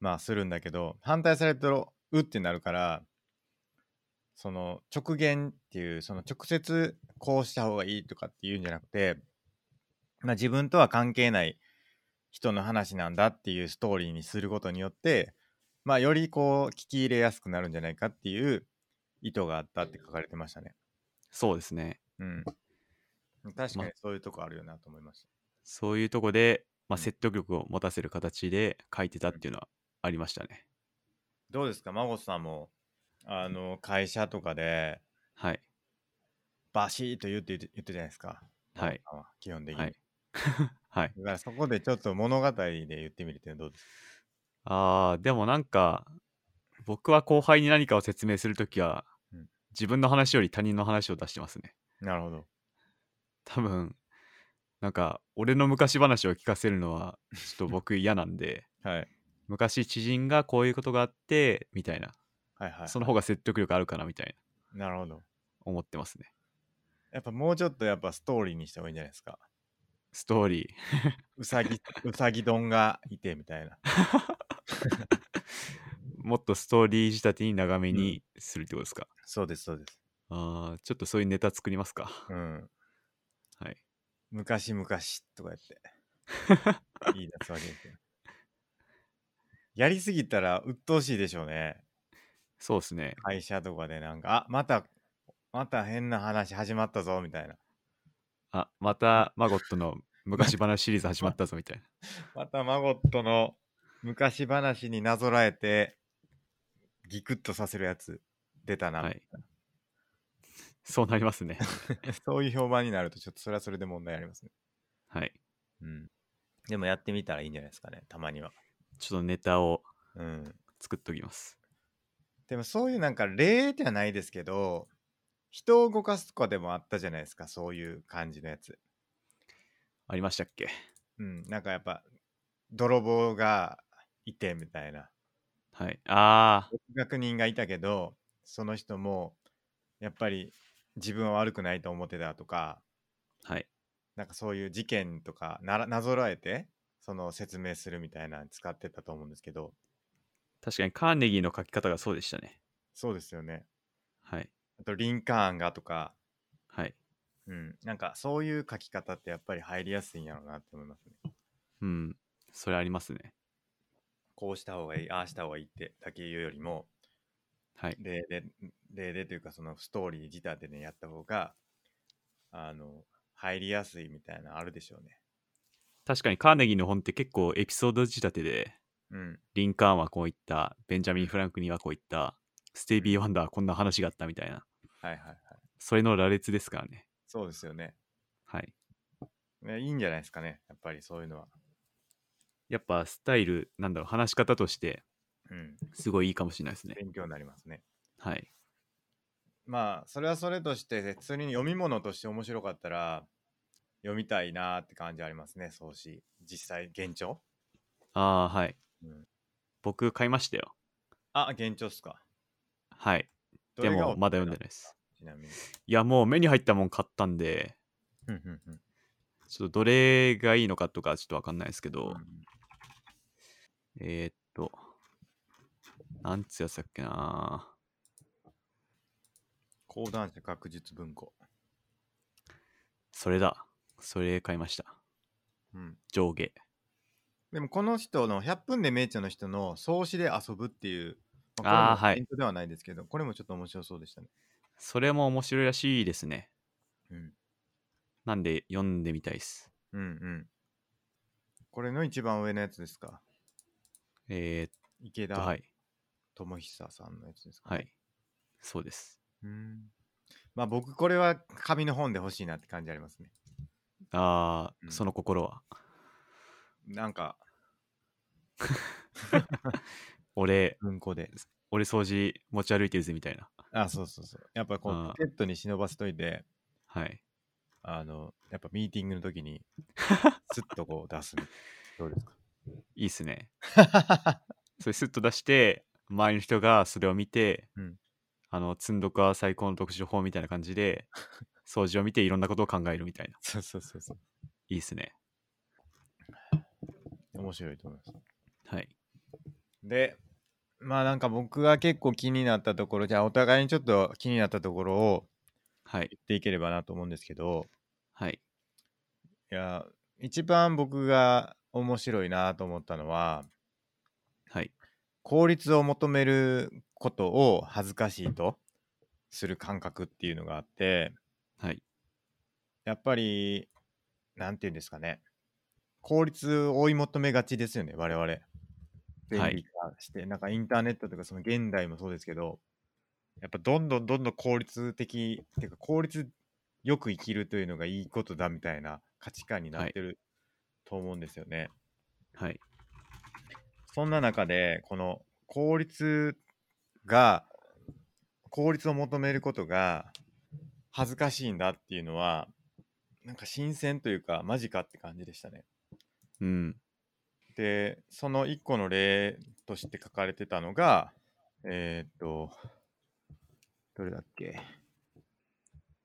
[SPEAKER 1] まあするんだけど、反対されると、うってなるから、その直言っていう、その直接こうした方がいいとかっていうんじゃなくて、まあ自分とは関係ない人の話なんだっていうストーリーにすることによって、まあ、よりこう聞き入れやすくなるんじゃないかっていう意図があったって書かれてましたね。
[SPEAKER 2] そうですね。
[SPEAKER 1] うん。確か
[SPEAKER 2] ま
[SPEAKER 1] にそういうとこあるよなと思いまし
[SPEAKER 2] そういうとこで、ま
[SPEAKER 1] う
[SPEAKER 2] あ、
[SPEAKER 1] ん
[SPEAKER 2] 説得力を持たせる形で書いてたっていうのはありましたね。
[SPEAKER 1] た。どうですか、孫さんも、あの、会社とかで、
[SPEAKER 2] はい。
[SPEAKER 1] バシーと言うって言って言ってたじゃないですか。
[SPEAKER 2] はい。
[SPEAKER 1] 孫さんは基本的に。
[SPEAKER 2] はい。 はい。
[SPEAKER 1] だからそこでちょっと物語で言ってみるっていうのはどうですか
[SPEAKER 2] あー、でもなんか、僕は後輩に何かを説明するときは
[SPEAKER 1] うん、
[SPEAKER 2] 自分の話より他人の話を出してますね。
[SPEAKER 1] なるほど。
[SPEAKER 2] 多分、なんか、俺の昔話を聞かせるのは、ちょっと僕嫌な んで、
[SPEAKER 1] はい。
[SPEAKER 2] 昔知人がこういうことがあって、みたいな。
[SPEAKER 1] はいはい。
[SPEAKER 2] その方が説得力あるかな、みたいな、
[SPEAKER 1] なるほど。
[SPEAKER 2] 思ってますね。
[SPEAKER 1] やっぱもうちょっとやっぱストーリーにした方がいいんじゃないですか。
[SPEAKER 2] ストーリー。
[SPEAKER 1] うさ ぎ、うさぎ丼がいてみたいな。
[SPEAKER 2] もっとストーリー仕立てに長め
[SPEAKER 1] うん
[SPEAKER 2] にするってことですか、
[SPEAKER 1] そうです、そうです。
[SPEAKER 2] ああ、ちょっとそういうネタ作りますか。
[SPEAKER 1] うん。
[SPEAKER 2] はい。
[SPEAKER 1] 昔々とかやって。 言い出すわけですよ。やりすぎたら鬱陶しいでしょうね。
[SPEAKER 2] そうですね。
[SPEAKER 1] 会社とかでなんか、あ、また、また変な話始まったぞ、みたいな。
[SPEAKER 2] あ、またマゴットの昔話シリーズ始まったぞみたいな。
[SPEAKER 1] またマゴットの昔話になぞらえて、ギクッとさせるやつ出た な。
[SPEAKER 2] はいそうなりますね。
[SPEAKER 1] そういう評判になると、ちょっとそれはそれで問題ありますね。
[SPEAKER 2] はい。
[SPEAKER 1] うん。でもやってみたらいいんじゃないですかね、たまには。
[SPEAKER 2] ちょっとネタを
[SPEAKER 1] うん。
[SPEAKER 2] 作っときます。
[SPEAKER 1] でもそういうなんか例ではないですけど、人を動かすとかでもあったじゃないですか、そういう感じのやつ。
[SPEAKER 2] ありましたっけ
[SPEAKER 1] うん、なんかやっぱ、泥棒がいてみたいな。
[SPEAKER 2] はい。ああ、
[SPEAKER 1] 学人がいたけど、その人も、やっぱり自分は悪くないと思ってたとか、
[SPEAKER 2] はい。
[SPEAKER 1] なんかそういう事件とかならなぞらえて、その説明するみたいなの使ってたと思うんですけど、
[SPEAKER 2] 確かにカーネギーの書き方がそうでしたね。
[SPEAKER 1] そうですよね。
[SPEAKER 2] はい。
[SPEAKER 1] あと、リンカーンがとか、
[SPEAKER 2] はい。
[SPEAKER 1] うん、なんかそういう書き方ってやっぱり入りやすいんやろうなって思いますね。
[SPEAKER 2] うん。それありますね。
[SPEAKER 1] こうした方がいい、ああした方がいいってだけ言うよりも、
[SPEAKER 2] はい。
[SPEAKER 1] 例で、例でというかそのストーリー仕立てでやった方が、あの、入りやすいみたいなのあるでしょうね。
[SPEAKER 2] 確かにカーネギーの本って結構エピソード仕立てで、
[SPEAKER 1] うん、
[SPEAKER 2] リンカーンはこういった、ベンジャミン・フランクにはこういった、ステイビー・ワンダーはこんな話があったみたいな、
[SPEAKER 1] はいはいはい。
[SPEAKER 2] それの羅列ですからね。
[SPEAKER 1] そうですよね。
[SPEAKER 2] はい。
[SPEAKER 1] ねいいんじゃないですかね、やっぱりそういうのは。
[SPEAKER 2] やっぱスタイル、なんだろう、話し方として、
[SPEAKER 1] うん、
[SPEAKER 2] すごいいいかもしれないですね。
[SPEAKER 1] 勉強になりますね。
[SPEAKER 2] はい。
[SPEAKER 1] まあ、それはそれとして、普通に読み物として面白かったら、読みたいなーって感じありますね、そうし。実際、現状
[SPEAKER 2] ああ、はい。
[SPEAKER 1] うん
[SPEAKER 2] 僕、買いましたよ。
[SPEAKER 1] あ、現状っすか。
[SPEAKER 2] はい。
[SPEAKER 1] ど
[SPEAKER 2] で
[SPEAKER 1] れが
[SPEAKER 2] も、まだ
[SPEAKER 1] おす
[SPEAKER 2] 読ん
[SPEAKER 1] すめ
[SPEAKER 2] で
[SPEAKER 1] な
[SPEAKER 2] ないで
[SPEAKER 1] ち
[SPEAKER 2] す。
[SPEAKER 1] なみに。
[SPEAKER 2] いや、もう目に入ったもん買ったんで、
[SPEAKER 1] うんうんうん
[SPEAKER 2] ちょっとどれがいいのかとかちょっとわかんないですけ
[SPEAKER 1] う
[SPEAKER 2] ど、
[SPEAKER 1] ん
[SPEAKER 2] えー、っと、なんつやつだっけな
[SPEAKER 1] 講談社学術文庫。
[SPEAKER 2] それだ。それ買いました。
[SPEAKER 1] うん。
[SPEAKER 2] 上下。
[SPEAKER 1] でも、この人の、100分で名著の人の、創始で遊ぶっていう、
[SPEAKER 2] あーはい
[SPEAKER 1] イントではないですけど、これもちょっと面白そうでしたね。
[SPEAKER 2] それも面白いらしいですね。
[SPEAKER 1] うん。
[SPEAKER 2] なんで読んでみたいです。
[SPEAKER 1] うんうん。これの一番上のやつですか。
[SPEAKER 2] えー、っ
[SPEAKER 1] 池
[SPEAKER 2] と、は
[SPEAKER 1] 田
[SPEAKER 2] い。
[SPEAKER 1] 智久さんのやつですか、
[SPEAKER 2] はい。そうです。
[SPEAKER 1] うん。まあ僕これは紙の本で欲しいなって感じありますね。
[SPEAKER 2] ああ、
[SPEAKER 1] うん
[SPEAKER 2] その心は。
[SPEAKER 1] なんか
[SPEAKER 2] 俺、
[SPEAKER 1] 文庫で。
[SPEAKER 2] 俺掃除持ち歩いてるぜみたいな。
[SPEAKER 1] あ、そうそうそう。やっぱこ
[SPEAKER 2] あー
[SPEAKER 1] うポケットに忍ばせといて、
[SPEAKER 2] はい。
[SPEAKER 1] あの、やっぱミーティングの時 にスッとこう出すみたいな。どうです
[SPEAKER 2] いいっすね。
[SPEAKER 1] か
[SPEAKER 2] それスッと出して、周りの人がそれを見て、
[SPEAKER 1] うん
[SPEAKER 2] あの、積んどくは最高の特殊法みたいな感じで、掃除を見ていろんなことを考えるみたいな。
[SPEAKER 1] そうそうそうそう。
[SPEAKER 2] いいっすね。
[SPEAKER 1] 面白いと思います。
[SPEAKER 2] はい。
[SPEAKER 1] で、まあなんか僕が結構気になったところ、じゃあお互いにちょっと気になったところを
[SPEAKER 2] はい。
[SPEAKER 1] 言っていければなと思うんですけど、
[SPEAKER 2] はい。
[SPEAKER 1] いや、一番僕が面白いなと思ったのは、
[SPEAKER 2] はい。
[SPEAKER 1] 効率を求めることを恥ずかしいとする感覚っていうのがあって
[SPEAKER 2] はい。
[SPEAKER 1] やっぱりなんていうんですかね効率を追い求めがちですよね我々便利化して、なんかインターネットとかその現代もそうですけどやっぱどんどんどんどん効率的っていうか効率よく生きるというのがいいことだみたいな価値観になってると思うんですよね。
[SPEAKER 2] はい。
[SPEAKER 1] そんな中で、この効率が、効率を求めることが恥ずかしいんだっていうのは、なんか新鮮というか、マジかって感じでしたね。
[SPEAKER 2] うん。
[SPEAKER 1] で、その一個の例として書かれてたのが、えーっと、どれだっけ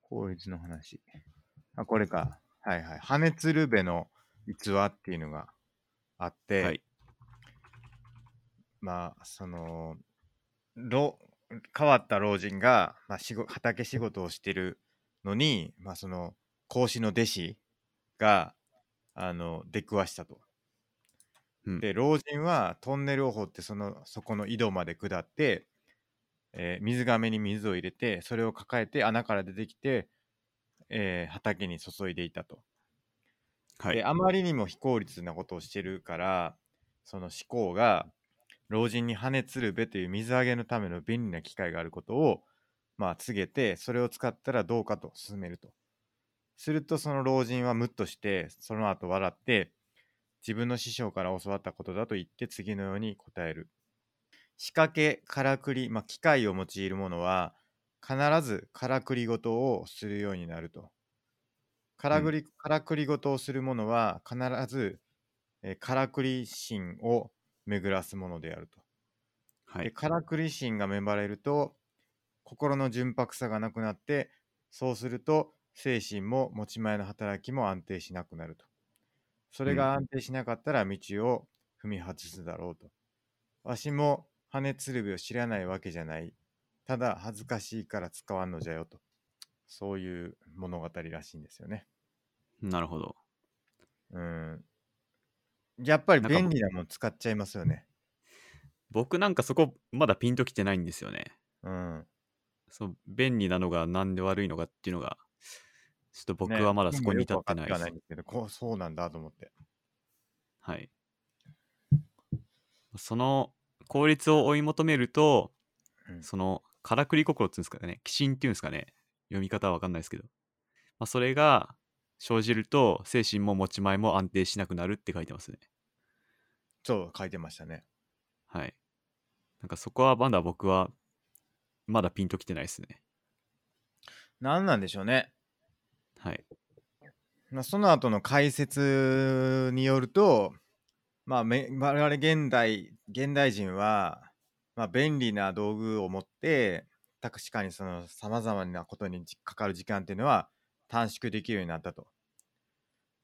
[SPEAKER 1] 効率の話。あ、これか。はいはい。羽鶴瓶の逸話っていうのがあって、
[SPEAKER 2] はい。
[SPEAKER 1] まあそのろ変わった老人が、まあ、仕事畑仕事をしてるのに、まあ、その孔子の弟子があの出くわしたと。
[SPEAKER 2] うん
[SPEAKER 1] で老人はトンネルを掘ってそのそこの井戸まで下って、えー水がめに水を入れてそれを抱えて穴から出てきて、えー畑に注いでいたと。
[SPEAKER 2] は
[SPEAKER 1] で
[SPEAKER 2] い。
[SPEAKER 1] あまりにも非効率なことをしてるからその思考が老人に羽つるべという水揚げのための便利な機械があることを、まあ、告げてそれを使ったらどうかと勧めるとするとその老人はムッとしてその後笑って自分の師匠から教わったことだと言って次のように答える。仕掛け、からくり、まあ、機械を用いるものは、必ずからくりごとをするようになると。からくり、からくりごとをするものは、必ず、えーからくり心を巡らすものであると。
[SPEAKER 2] は
[SPEAKER 1] で
[SPEAKER 2] い。
[SPEAKER 1] からくり心が芽生えると心の純白さがなくなってそうすると精神も持ち前の働きも安定しなくなるとそれが安定しなかったら道を踏み外すだろうとわしも羽鶴瓶を知らないわけじゃないただ恥ずかしいから使わんのじゃよとそういう物語らしいんですよね
[SPEAKER 2] なるほど。
[SPEAKER 1] うんやっぱり
[SPEAKER 2] なんか
[SPEAKER 1] 便利なもの使っちゃいますよね
[SPEAKER 2] 僕なんかそこまだピンときてないんですよね。
[SPEAKER 1] うん
[SPEAKER 2] そう、便利なのがなんで悪いのかっていうのが、ちょっと僕
[SPEAKER 1] ね
[SPEAKER 2] はまだそこに至ってな
[SPEAKER 1] 僕もよ
[SPEAKER 2] い
[SPEAKER 1] くわかは
[SPEAKER 2] です。
[SPEAKER 1] ないんですけどこうそうなんだと思って
[SPEAKER 2] はい。その効率を追い求めると、
[SPEAKER 1] うん
[SPEAKER 2] そのからくり心っていうんですかね、鬼神っていうんですかね、読み方はわかんないですけど、まあ、それが生じると精神も持ち前も安定しなくなるって書いてますね。
[SPEAKER 1] そう書いてましたね。
[SPEAKER 2] はい。なんかそこはまだ僕はまだピンときてないですね。
[SPEAKER 1] 何なんでしょうね。
[SPEAKER 2] はい。
[SPEAKER 1] まあ、その後の解説によると、まあ、め我々現代現代人は、まあ、便利な道具を持って確かにさまざまなことにじかかる時間っていうのは短縮できるようになったと。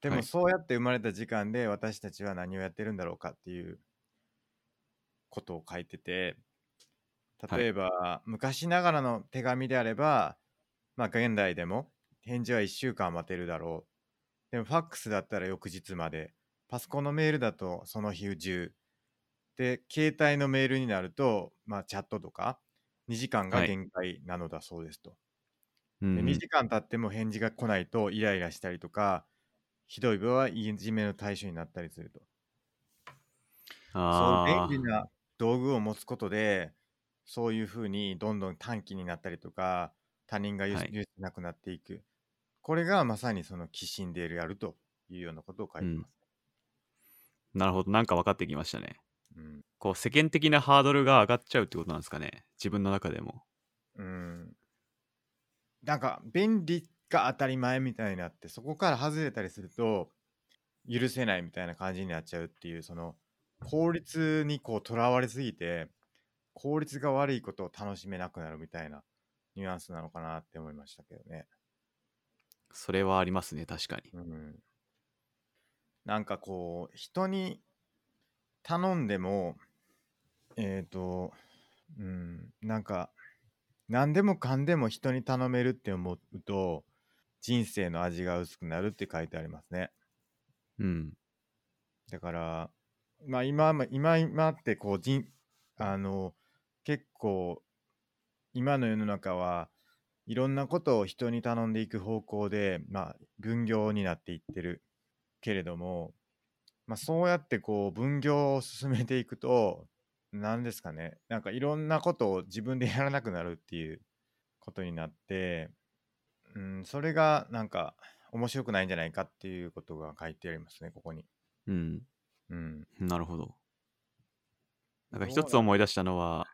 [SPEAKER 1] で
[SPEAKER 2] は
[SPEAKER 1] も
[SPEAKER 2] い
[SPEAKER 1] そうやって生まれた時間で私たちは何をやってるんだろうかっていうことを書いてて例えば、昔ながらの手紙であればまあ現代でも返事は1週間待てるだろうでもファックスだったら翌日までパソコンのメールだとその日中で携帯のメールになると、まあ、チャットとか2時間が
[SPEAKER 2] はい
[SPEAKER 1] 限界なのだそうですと、
[SPEAKER 2] うんう
[SPEAKER 1] で
[SPEAKER 2] ん
[SPEAKER 1] 2時間経っても返事が来ないとイライラしたりとかひどい場合いじめの対象になったりするとそ
[SPEAKER 2] あ
[SPEAKER 1] う
[SPEAKER 2] ー
[SPEAKER 1] 便利な道具を持つことでそういうふうにどんどん短期になったりとか他人が許
[SPEAKER 2] はい
[SPEAKER 1] 許せなくなっていく、これがまさにその寄進でやるというようなことを書いてます。
[SPEAKER 2] なるほど。なんか分かってきましたね。
[SPEAKER 1] うん
[SPEAKER 2] こう世間的なハードルが上がっちゃうってことなんですかね。自分の中でも。
[SPEAKER 1] うんなんか便利が当たり前みたいになってそこから外れたりすると許せないみたいな感じになっちゃうっていうその効率にこうとらわれすぎて効率が悪いことを楽しめなくなるみたいなニュアンスなのかなって思いましたけどね。
[SPEAKER 2] それはありますね、確かに。
[SPEAKER 1] うん、なんかこう人に頼んでもえっ、とうんなんか何でもかんでも人に頼めるって思うと人生の味が薄くなるって書いてありますね
[SPEAKER 2] うん。
[SPEAKER 1] だからまあ今も今今ってこう人あの結構今の世の中はいろんなことを人に頼んでいく方向で、まあ、分業になっていってるけれども、まあ、そうやってこう分業を進めていくと何ですかねなんかいろんなことを自分でやらなくなるっていうことになって、うん、それがなんか面白くないんじゃないかっていうことが書いてありますねここに。
[SPEAKER 2] うん。
[SPEAKER 1] うん、
[SPEAKER 2] なるほど。なんか
[SPEAKER 1] どう
[SPEAKER 2] 一つ思い出したのは、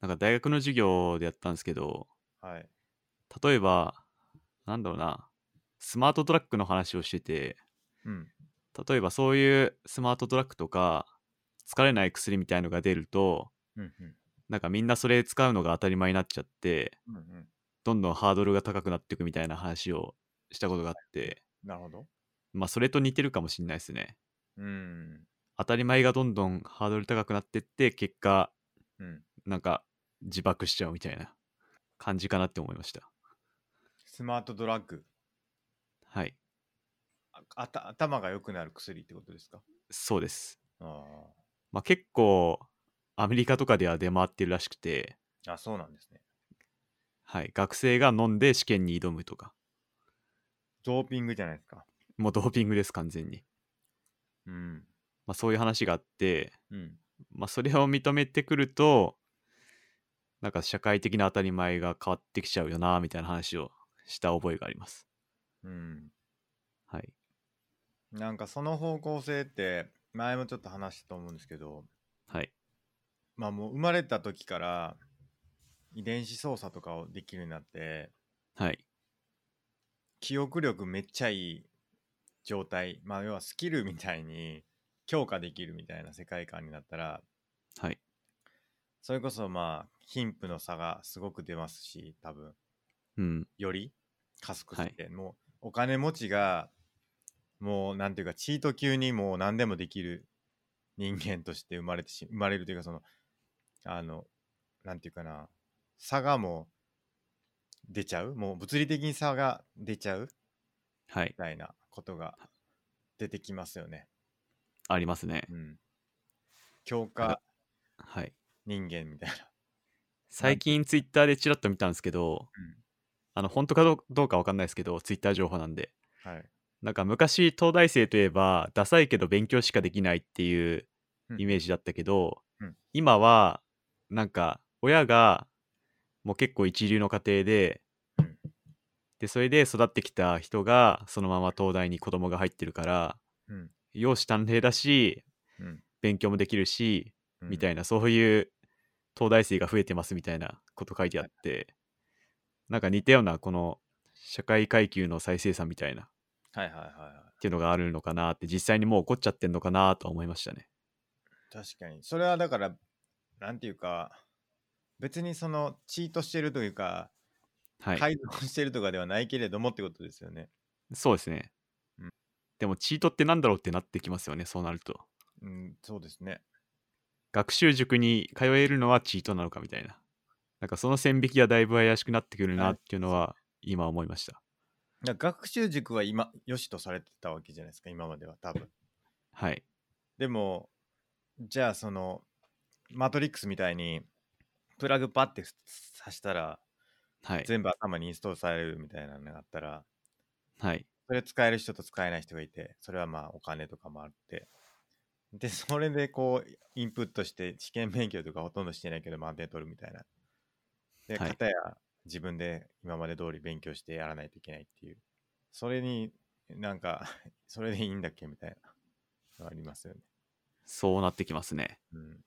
[SPEAKER 2] なんか大学の授業でやったんですけど、
[SPEAKER 1] はい。
[SPEAKER 2] 例えば、なんだろうな、スマートトラックの話をしてて、
[SPEAKER 1] うん。
[SPEAKER 2] 例えばそういうスマートトラックとか、疲れない薬みたいのが出ると、
[SPEAKER 1] うん。うん
[SPEAKER 2] なんかみんなそれ使うのが当たり前になっちゃって、
[SPEAKER 1] うん。うん。
[SPEAKER 2] どんどんハードルが高くなっていくみたいな話をしたことがあって、
[SPEAKER 1] なるほど。
[SPEAKER 2] まあそれと似てるかもしんないですね。
[SPEAKER 1] うん。
[SPEAKER 2] 当たり前がどんどんハードル高くなってって、結果、
[SPEAKER 1] うん。
[SPEAKER 2] なんか自爆しちゃうみたいな感じかなって思いました。
[SPEAKER 1] スマートドラッグ。
[SPEAKER 2] はい。
[SPEAKER 1] ああた頭が良くなる薬ってことですか
[SPEAKER 2] そうです。
[SPEAKER 1] あ
[SPEAKER 2] まあ、結構アメリカとかでは出回ってるらしくて、
[SPEAKER 1] あ。あ、そうなんですね。
[SPEAKER 2] はい、学生が飲んで試験に挑むとか、
[SPEAKER 1] ドーピングじゃないですか。
[SPEAKER 2] もうドーピングです完全に。
[SPEAKER 1] うん。
[SPEAKER 2] まあ、そういう話があって、
[SPEAKER 1] うん。
[SPEAKER 2] まあ、それを認めてくると、なんか社会的な当たり前が変わってきちゃうよなみたいな話をした覚えがあります。
[SPEAKER 1] うん。
[SPEAKER 2] はい。
[SPEAKER 1] なんかその方向性って前もちょっと話したと思うんですけど
[SPEAKER 2] はい。
[SPEAKER 1] まあもう生まれた時から遺伝子操作とかをできるようになって
[SPEAKER 2] はい。
[SPEAKER 1] 記憶力めっちゃいい状態まあ要はスキルみたいに強化できるみたいな世界観になったら
[SPEAKER 2] はい。
[SPEAKER 1] それこそまあ貧富の差がすごく出ますし多分
[SPEAKER 2] うん。
[SPEAKER 1] より加速して、もうお金持ちがもうなんていうかチート級にもう何でもできる人間として生まれてし生まれるというかそのあのなんていうかな差がもう出ちゃうもう物理的に差が出ちゃう
[SPEAKER 2] はい
[SPEAKER 1] み。たいなことが出てきますよね。
[SPEAKER 2] ありますね。
[SPEAKER 1] うん、強
[SPEAKER 2] なん
[SPEAKER 1] 化
[SPEAKER 2] かはい。
[SPEAKER 1] 人間みたいな。
[SPEAKER 2] 最近ツイッターでちらっと見たんですけど、
[SPEAKER 1] うん
[SPEAKER 2] あの、本当かどうどうかわかんないですけど、ツイッター情報なんで。
[SPEAKER 1] はい、
[SPEAKER 2] なんか昔、東大生といえば、ダサいけど勉強しかできないっていう
[SPEAKER 1] うん
[SPEAKER 2] イメージだったけど、
[SPEAKER 1] うん
[SPEAKER 2] 今は、なんか、親が、もう結構一流の家庭で、
[SPEAKER 1] うん
[SPEAKER 2] で、それで育ってきた人が、そのまま東大に子供が入ってるから、
[SPEAKER 1] うん
[SPEAKER 2] 容姿端麗だし、
[SPEAKER 1] うん
[SPEAKER 2] 勉強もできるし、
[SPEAKER 1] うん
[SPEAKER 2] みたいな、そういう東大生が増えてますみたいなこと書いてあって、なんか似たような、この社会階級の再生産みたいな、っ
[SPEAKER 1] はいはいはいはい。
[SPEAKER 2] ていうのがあるのかなって、実際にもう起こっちゃってんのかなとは思いましたね。
[SPEAKER 1] 確かにそれはだからなんていうか別にそのチートしてるというか
[SPEAKER 2] はい。
[SPEAKER 1] 改造してるとかではないけれどもってことですよね、
[SPEAKER 2] そうですね。
[SPEAKER 1] うん
[SPEAKER 2] でも、チートってなんだろうってなってきますよね、そうなると。
[SPEAKER 1] うんそうですね
[SPEAKER 2] 学習塾に通えるのはチートなのかみたいな。なんかその線引きがだいぶ怪しくなってくるなっていうのは今思いました。
[SPEAKER 1] だから学習塾は今良しとされてたわけじゃないですか今までは多分
[SPEAKER 2] はい。
[SPEAKER 1] でもじゃあそのマトリックスみたいにプラグパってさしたら
[SPEAKER 2] はい。
[SPEAKER 1] 全部頭にインストールされるみたいなのがあったら
[SPEAKER 2] はい。
[SPEAKER 1] それ使える人と使えない人がいて、それはまあお金とかもあって。で、それでこう、インプットして、試験勉強とかほとんどしてないけど満点取るみたいな。で、
[SPEAKER 2] はい
[SPEAKER 1] かたや自分で今まで通り勉強してやらないといけないっていう。それに、なんか、 それでいいんだっけみたいなのありますよね。
[SPEAKER 2] そうなってきますね。
[SPEAKER 1] うん。っ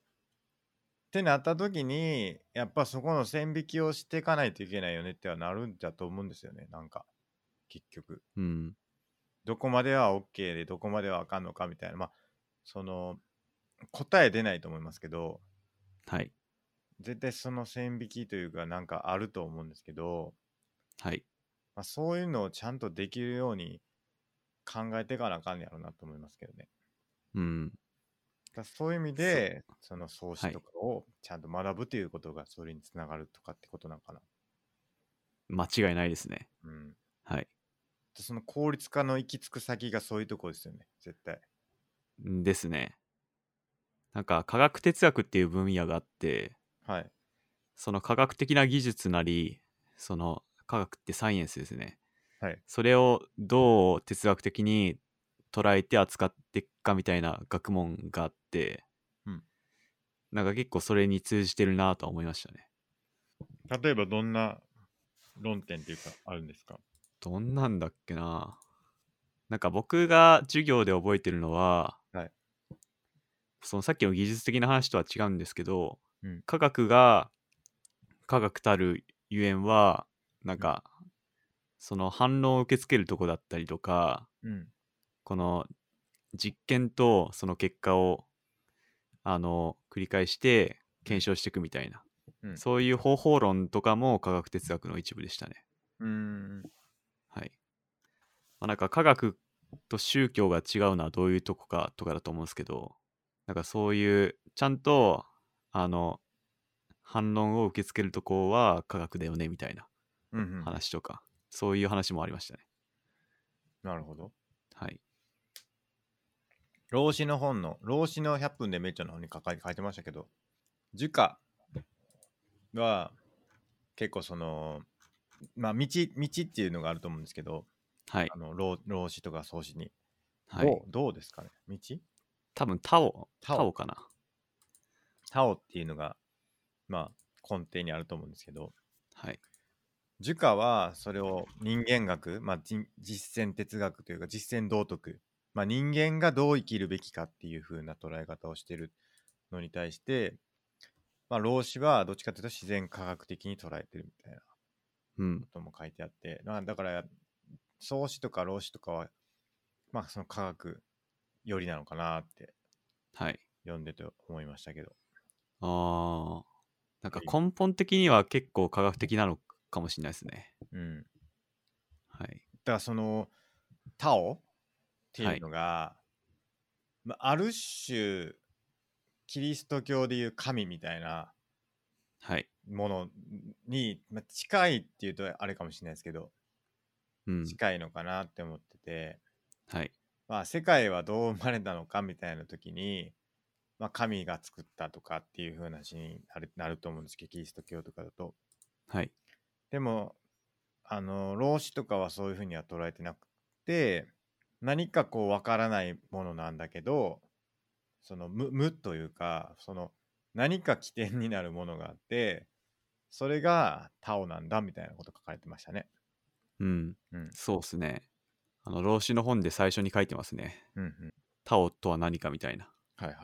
[SPEAKER 1] てなった時に、やっぱそこの線引きをしていかないといけないよねってはなるんだと思うんですよね。なんか、結局。
[SPEAKER 2] うん。
[SPEAKER 1] どこまでは OK でどこまではあかんのかみたいなまあその答え出ないと思いますけど
[SPEAKER 2] はい。
[SPEAKER 1] 絶対その線引きというかなんかあると思うんですけど、
[SPEAKER 2] はい。
[SPEAKER 1] まあ、そういうのをちゃんとできるように考えていかなあかんやろうなと思いますけどね
[SPEAKER 2] うん。
[SPEAKER 1] だからそういう意味でその創始とかをちゃんと学ぶということがそれにつながるとかってことなのかな
[SPEAKER 2] 間違いないですね。
[SPEAKER 1] うん
[SPEAKER 2] はい。
[SPEAKER 1] でその効率化の行き着く先がそういうとこですよね絶対
[SPEAKER 2] んですね。なんか科学哲学っていう分野があって、
[SPEAKER 1] はい
[SPEAKER 2] その科学的な技術なり、その科学ってサイエンスですね。
[SPEAKER 1] はい
[SPEAKER 2] それをどう哲学的に捉えて扱っていくかみたいな学問があって、
[SPEAKER 1] うん
[SPEAKER 2] なんか結構それに通じてるなとは思いましたね。
[SPEAKER 1] 例えばどんな論点っていうかあるんですか
[SPEAKER 2] どんなんだっけななんか僕が授業で覚えてるのは、
[SPEAKER 1] はい
[SPEAKER 2] そのさっきの技術的な話とは違うんですけど、
[SPEAKER 1] うん
[SPEAKER 2] 科学が科学たるゆえんはなんか、その反論を受け付けるとこだったりとか
[SPEAKER 1] うん
[SPEAKER 2] この実験とその結果をあの繰り返して検証していくみたいな、
[SPEAKER 1] うん
[SPEAKER 2] そういう方法論とかも科学哲学の一部でしたね。
[SPEAKER 1] うーん
[SPEAKER 2] はい。まあ、なんか科学と宗教が違うのはどういうとこかとかだと思うんですけど、なんかそういう、ちゃんと、あの、反論を受け付けるとこは科学だよねみたいな
[SPEAKER 1] うんうん、
[SPEAKER 2] 話とか、そういう話もありましたね。
[SPEAKER 1] なるほど。
[SPEAKER 2] はい。
[SPEAKER 1] 老子の本の、老子の100分でめっちゃの本に書か書いてましたけど、儒家は結構その、まあ道、道っていうのがあると思うんですけど、
[SPEAKER 2] はい
[SPEAKER 1] あ。の老老子とか創子に、
[SPEAKER 2] はい
[SPEAKER 1] どう。どうですかね道
[SPEAKER 2] 多分タオ、
[SPEAKER 1] タオ
[SPEAKER 2] タオかな。
[SPEAKER 1] タオっていうのが、まあ、根底にあると思うんですけど、
[SPEAKER 2] はい。
[SPEAKER 1] 儒家はそれを人間学、まあ、人実践哲学というか実践道徳、まあ、人間がどう生きるべきかっていう風な捉え方をしてるのに対して、まあ、老子はどっちかというと自然科学的に捉えてるみたいなこ
[SPEAKER 2] うん。
[SPEAKER 1] とも書いてあって、まあ、だから創始とか老子とかは、まあ、その科学よりなのかなって
[SPEAKER 2] はい。
[SPEAKER 1] 読んでて思いましたけど。
[SPEAKER 2] ああ。なんか根本的には結構科学的なのかもしれないですね。
[SPEAKER 1] うん、
[SPEAKER 2] はい。
[SPEAKER 1] だからそのタオっていうのが、まあ、ある種キリスト教でいう神みたいな
[SPEAKER 2] はい。
[SPEAKER 1] ものに、まあ、近いっていうとあれかもしれないですけど
[SPEAKER 2] うん。
[SPEAKER 1] 近いのかなって思ってて、
[SPEAKER 2] はい。
[SPEAKER 1] まあ、世界はどう生まれたのかみたいな時に、まあ、神が作ったとかっていう風な話になるなると思うんですけどキリスト教とかだと。
[SPEAKER 2] はい。
[SPEAKER 1] でもあの老子とかはそういうふうには捉えてなくて何かこうわからないものなんだけどその無無というかその何か起点になるものがあってそれがタオなんだみたいなこと書かれてましたね。
[SPEAKER 2] うん。
[SPEAKER 1] うん
[SPEAKER 2] そうですね。あの、老子の本で最初に書いてますね。
[SPEAKER 1] うんうん、
[SPEAKER 2] タオとは何かみたいな。
[SPEAKER 1] はいはい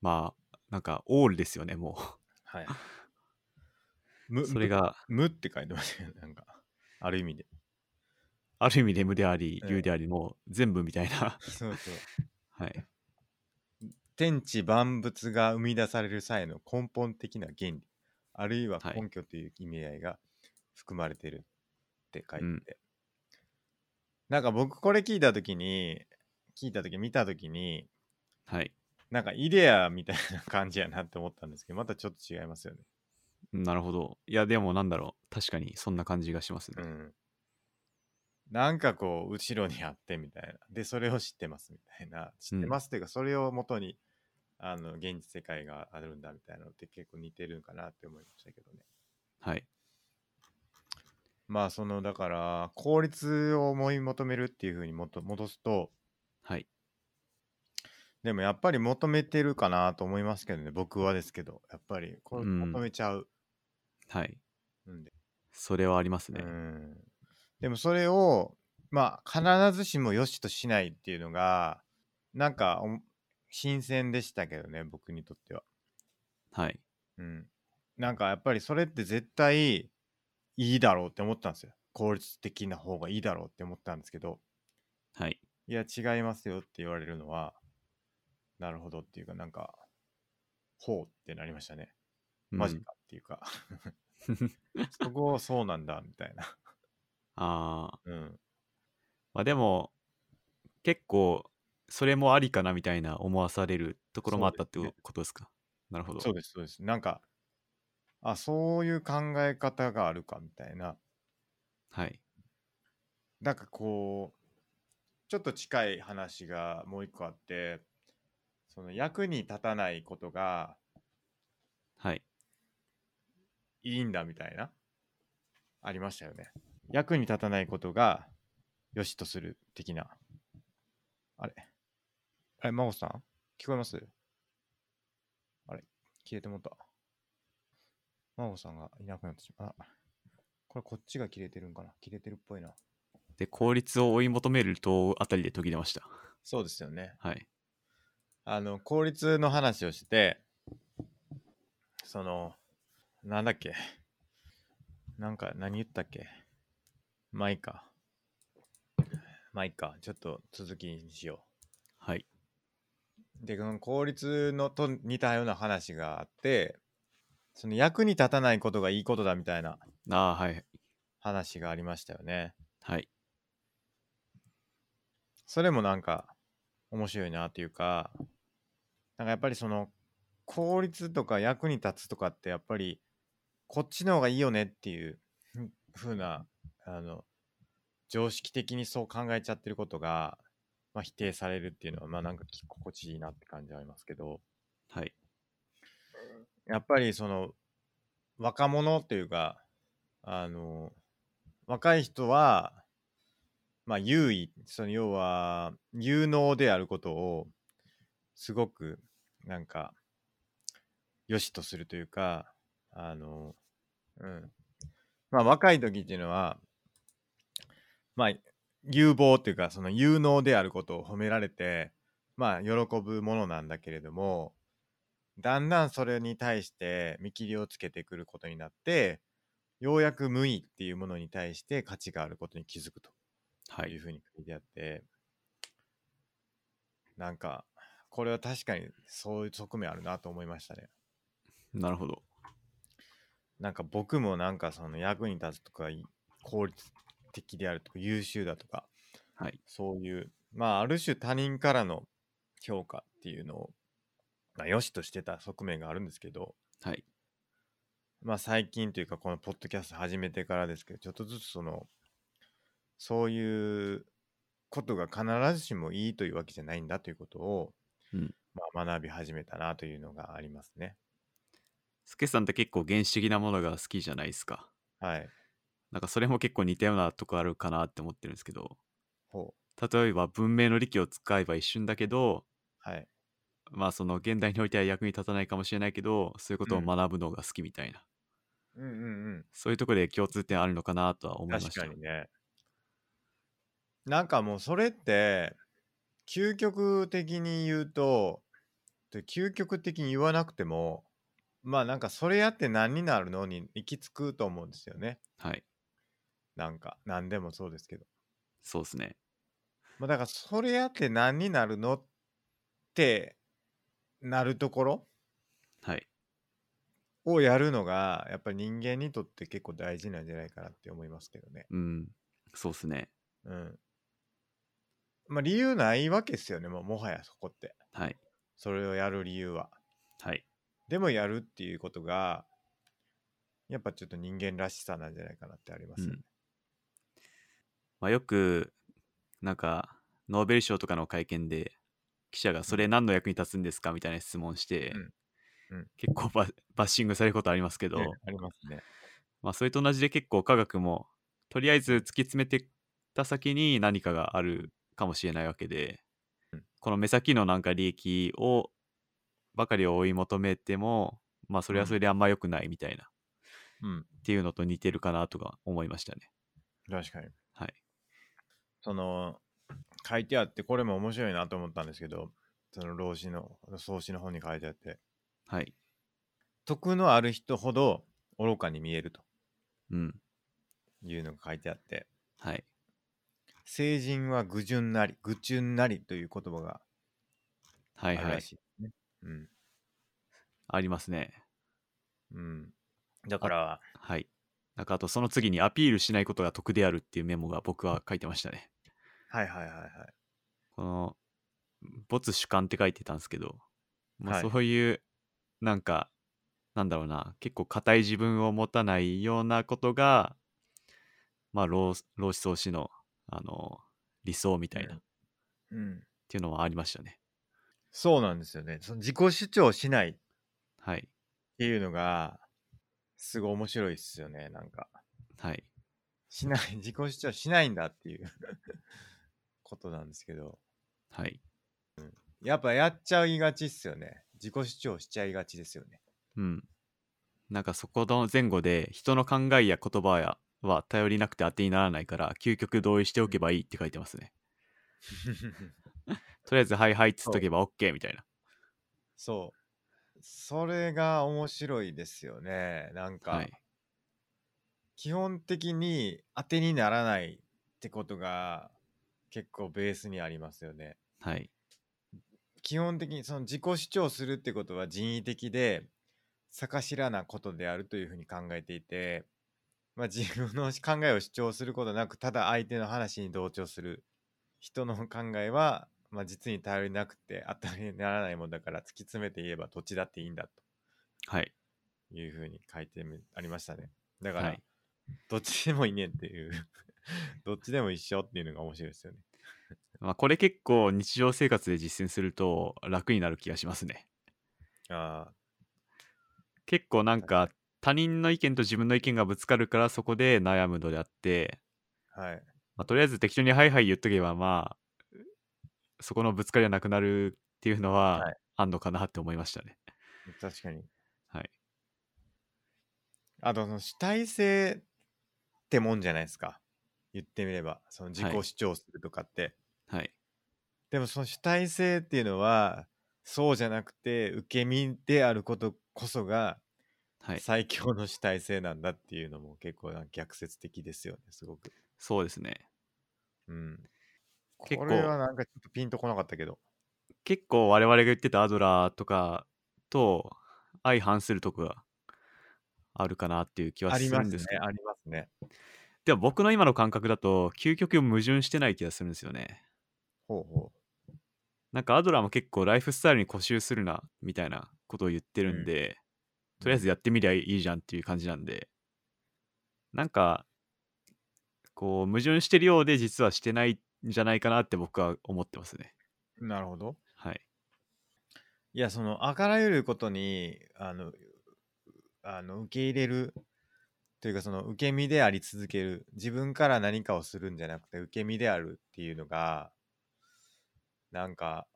[SPEAKER 2] まあ、なんかオールですよね、も
[SPEAKER 1] はい。
[SPEAKER 2] う。
[SPEAKER 1] 無
[SPEAKER 2] それが
[SPEAKER 1] 無無って書いてましたよねなんかある意味で。
[SPEAKER 2] ある意味で無であり、
[SPEAKER 1] うん
[SPEAKER 2] 有であり、もう全部みたいな。
[SPEAKER 1] そうそう
[SPEAKER 2] はい。
[SPEAKER 1] 天地万物が生み出される際の根本的な原理あるいは
[SPEAKER 2] はい
[SPEAKER 1] 根拠という意味合いが含まれてるって書いてて、
[SPEAKER 2] うん
[SPEAKER 1] なんか僕これ聞いた時に聞いた時見た時に
[SPEAKER 2] はい。
[SPEAKER 1] なんかイデアみたいな感じやなって思ったんですけどまたちょっと違いますよね。
[SPEAKER 2] なるほど。いや、でもなんだろう。確かにそんな感じがしますね。
[SPEAKER 1] うん、なんかこう後ろにあってみたいなでそれを知ってますみたいな知ってますというかそれを元にあの現実世界があるんだみたいなのって結構似てるんかなって思いましたけどね。
[SPEAKER 2] はい。
[SPEAKER 1] まあそのだから効率を思い求めるっていうふうにもと戻すと
[SPEAKER 2] はい。
[SPEAKER 1] でもやっぱり求めてるかなと思いますけどね僕はですけどやっぱりこれ
[SPEAKER 2] うん
[SPEAKER 1] 求めちゃう
[SPEAKER 2] はい。
[SPEAKER 1] んで、
[SPEAKER 2] それはあります
[SPEAKER 1] う
[SPEAKER 2] ね。
[SPEAKER 1] ん、でもそれをまあ必ずしも良しとしないっていうのがなんかお新鮮でしたけどね僕にとっては、
[SPEAKER 2] はい。
[SPEAKER 1] うん、なんかやっぱりそれって絶対いいだろうって思ったんですよ効率的な方がいいだろうって思ったんですけど
[SPEAKER 2] はい。
[SPEAKER 1] いや、違いますよって言われるのは、なるほどっていうか、なんか、ほうってなりましたね。
[SPEAKER 2] うん
[SPEAKER 1] マジかっていうか、そこをそうなんだみたいな。
[SPEAKER 2] ああ。
[SPEAKER 1] うん。
[SPEAKER 2] まあでも、結構、それもありかなみたいな思わされるところもあったって
[SPEAKER 1] そうですね
[SPEAKER 2] ことですか。なるほど。
[SPEAKER 1] そうです、そうです。なんか、あ、そういう考え方があるかみたいな。
[SPEAKER 2] はい。
[SPEAKER 1] なんかこう、ちょっと近い話がもう一個あって、その役に立たないことが
[SPEAKER 2] はい。
[SPEAKER 1] いいんだみたいなありましたよね役に立たないことが良しとする的なあれあれ真帆さん聞こえますあれ消えてもうた真帆さんがいなくなってしまうあこれこっちが切れてるんかな切れてるっぽいな
[SPEAKER 2] で、効率を追い求めるとあたりで途切れました。
[SPEAKER 1] そうですよね
[SPEAKER 2] はい。
[SPEAKER 1] あの効率の話をしててそのなんだっけなんか何言ったっけまあいいかまあいいかちょっと続きにしよ
[SPEAKER 2] はい。
[SPEAKER 1] うでこの効率のと似たような話があってその役に立たないことがいいことだみたいな
[SPEAKER 2] ああー、はい。
[SPEAKER 1] 話がありましたよね
[SPEAKER 2] はい。
[SPEAKER 1] それもなんか面白いなというか、なんかやっぱりその効率とか役に立つとかってやっぱりこっちの方がいいよねっていうふうな、あの、常識的にそう考えちゃってることが、まあ、否定されるっていうのは、まあなんかき心地いいなって感じはありますけど、
[SPEAKER 2] はい。
[SPEAKER 1] やっぱりその若者というか、あの、若い人は、まあ、優位、その要は、有能であることを、すごく、なんか、良しとするというか、あの、うん。まあ、若い時っていうのは、まあ、有望っていうかその有能であることを褒められてまあ喜ぶものなんだけれどもだんだんそれに対して見切りをつけてくることになってようやく無意っていうものに対して価値があることに気づくと
[SPEAKER 2] は
[SPEAKER 1] いう
[SPEAKER 2] い。
[SPEAKER 1] ふうに書いてあってなんかこれは確かにそういう側面あるなと思いましたね。
[SPEAKER 2] なるほど。
[SPEAKER 1] なんか僕もなんかその役に立つとかい効率的であるとか優秀だとか
[SPEAKER 2] はい。
[SPEAKER 1] そういうまあある種他人からの評価っていうのを、まあ、良しとしてた側面があるんですけど
[SPEAKER 2] はい。
[SPEAKER 1] まあ最近というかこのポッドキャスト始めてからですけどちょっとずつそのそういうことが必ずしもいいというわけじゃないんだということを、
[SPEAKER 2] うん
[SPEAKER 1] まあ、学び始めたなというのがありますね。
[SPEAKER 2] スケさんって結構原始的なものが好きじゃないですか。
[SPEAKER 1] はい。
[SPEAKER 2] なんかそれも結構似たようなとこあるかなって思ってるんですけど、
[SPEAKER 1] ほ
[SPEAKER 2] 例えば文明の利器を使えば一瞬だけど、
[SPEAKER 1] う。はい。
[SPEAKER 2] まあその現代においては役に立たないかもしれないけど、そういうことを
[SPEAKER 1] うん
[SPEAKER 2] 学ぶのが好きみたいな、
[SPEAKER 1] うんうんうん。
[SPEAKER 2] そういうところで共通点あるのかなとは思いまし
[SPEAKER 1] 確
[SPEAKER 2] た。
[SPEAKER 1] かにね。なんかもうそれって究極的に言うとで究極的に言わなくてもまあなんかそれやって何になるのに行き着くと思うんですよね
[SPEAKER 2] はい。
[SPEAKER 1] なんか何でもそうですけど、
[SPEAKER 2] そうですね。
[SPEAKER 1] まあ、だからそれやって何になるのってなるところ
[SPEAKER 2] はい。
[SPEAKER 1] をやるのがやっぱり人間にとって結構大事なんじゃないかなって思いますけどね。
[SPEAKER 2] うん。そうですね。
[SPEAKER 1] うん。まあ理由ないわけですよね、もうもはやそこって。
[SPEAKER 2] はい。
[SPEAKER 1] それをやる理由は。
[SPEAKER 2] はい。
[SPEAKER 1] でもやるっていうことが、やっぱちょっと人間らしさなんじゃないかなってありますよね。
[SPEAKER 2] まあ、よく、なんか、ノーベル賞とかの会見で、記者がそれ何の役に立つんですかみたいな質問して、
[SPEAKER 1] うんうん
[SPEAKER 2] 結構ババッシングされることありますけど、
[SPEAKER 1] ね ありますね。
[SPEAKER 2] まあ、それと同じで結構科学もとりあえず突き詰めてった先に何かがあるかもしれないわけで、
[SPEAKER 1] うん
[SPEAKER 2] この目先のなんか利益をばかりを追い求めてもまあそれはそれであんま良くないみたいな、っ
[SPEAKER 1] うん。
[SPEAKER 2] ていうのと似てるかなとか思いましたね
[SPEAKER 1] 確かに。
[SPEAKER 2] はい
[SPEAKER 1] その、書いてあって、これも面白いなと思ったんですけど、その老子の、創始の本に書いてあって、
[SPEAKER 2] はい
[SPEAKER 1] 徳のある人ほど愚かに見えると
[SPEAKER 2] うん
[SPEAKER 1] いうのが書いてあって、
[SPEAKER 2] はい
[SPEAKER 1] 成人は愚順なり、愚順なりという言葉が
[SPEAKER 2] は
[SPEAKER 1] あ
[SPEAKER 2] い
[SPEAKER 1] る
[SPEAKER 2] はいあ
[SPEAKER 1] らしいですね。うん。
[SPEAKER 2] りますね
[SPEAKER 1] うん。だから、
[SPEAKER 2] はいなんかあとその次にアピールしないことが得であるっていうメモが僕は書いてましたね
[SPEAKER 1] はいはいはいはい。
[SPEAKER 2] この没主観って書いてたんですけど、まあ、
[SPEAKER 1] はい
[SPEAKER 2] そういう、なんかなんだろうな結構硬い自分を持たないようなことがまあ老老子宗師のあの理想みたいな、
[SPEAKER 1] うん
[SPEAKER 2] っ
[SPEAKER 1] うん。
[SPEAKER 2] ていうのはありましたね
[SPEAKER 1] そうなんですよね。その自己主張しないっ
[SPEAKER 2] はい
[SPEAKER 1] ていうのが、すごい面白いっすよね、なんか。
[SPEAKER 2] はい
[SPEAKER 1] しない、自己主張しないんだっていうことなんですけど、
[SPEAKER 2] はい
[SPEAKER 1] やっぱやっちゃいがちっすよね。自己主張しちゃいがちですよね。
[SPEAKER 2] うんなんかそこの前後で人の考えや言葉やは頼りなくて当てにならないから究極同意しておけばいいって書いてますねとりあえずはいはいっつっとけば OK みたいな
[SPEAKER 1] そう。それが面白いですよね。なんか、
[SPEAKER 2] はい
[SPEAKER 1] 基本的に当てにならないってことが結構ベースにありますよね。
[SPEAKER 2] はい
[SPEAKER 1] 基本的にその自己主張するってことは人為的で逆知らなことであるというふうに考えていて、まあ、自分の考えを主張することなくただ相手の話に同調する人の考えは、まあ、実に頼りなくて当たりにならないもんだから突き詰めて言えばどっちだっていいんだ
[SPEAKER 2] はい
[SPEAKER 1] というふうに書いてみありましたねだから、
[SPEAKER 2] はい
[SPEAKER 1] どっちでもいいねんっていう どっちでも一緒っていうのが面白いですよね
[SPEAKER 2] まあ、これ結構日常生活で実践すると楽になる気がしますね。
[SPEAKER 1] あ
[SPEAKER 2] 結構なんか他人の意見と自分の意見がぶつかるからそこで悩むのであって、
[SPEAKER 1] あはい
[SPEAKER 2] まあ、とりあえず適当に「はいはい」言っとけばまあそこのぶつかりはなくなるっていうのは
[SPEAKER 1] はい
[SPEAKER 2] あんのかなって思いましたね。
[SPEAKER 1] 確かに
[SPEAKER 2] はい、
[SPEAKER 1] あとその主体性ってもんじゃないですか。言ってみればその自
[SPEAKER 2] は
[SPEAKER 1] 己
[SPEAKER 2] い
[SPEAKER 1] 主張するとかって、
[SPEAKER 2] はい。
[SPEAKER 1] でもその主体性っていうのはそうじゃなくて受け身であることこそが
[SPEAKER 2] はい。
[SPEAKER 1] 最強の主体性なんだっていうのも結構なんか逆説的ですよねすごく。
[SPEAKER 2] そうですね。
[SPEAKER 1] うん、
[SPEAKER 2] 結構
[SPEAKER 1] これはなんかちょっとピンとこなかったけど。
[SPEAKER 2] 結構我々が言ってたアドラーとかと相反するとこがあるかなっていう気は
[SPEAKER 1] あ
[SPEAKER 2] す
[SPEAKER 1] りま
[SPEAKER 2] る
[SPEAKER 1] す
[SPEAKER 2] んで
[SPEAKER 1] ね
[SPEAKER 2] すけど、
[SPEAKER 1] ありますね。
[SPEAKER 2] でも僕の今の感覚だと究極矛盾してない気がするんですよね
[SPEAKER 1] ほうほ
[SPEAKER 2] なんかアドラーも結構ライフスタイルに固執するなみたいなことを言ってるんで、
[SPEAKER 1] う。
[SPEAKER 2] とりあえずやってみりゃいいじゃんっていう感じなんでなんかこう矛盾してるようで実はしてないんじゃないかなって僕は思ってますね
[SPEAKER 1] なるほど。
[SPEAKER 2] はい
[SPEAKER 1] いやそのあからゆることにあのあの受け入れるというかその受け身であり続ける自分から何かをするんじゃなくて受け身であるっていうのがなんか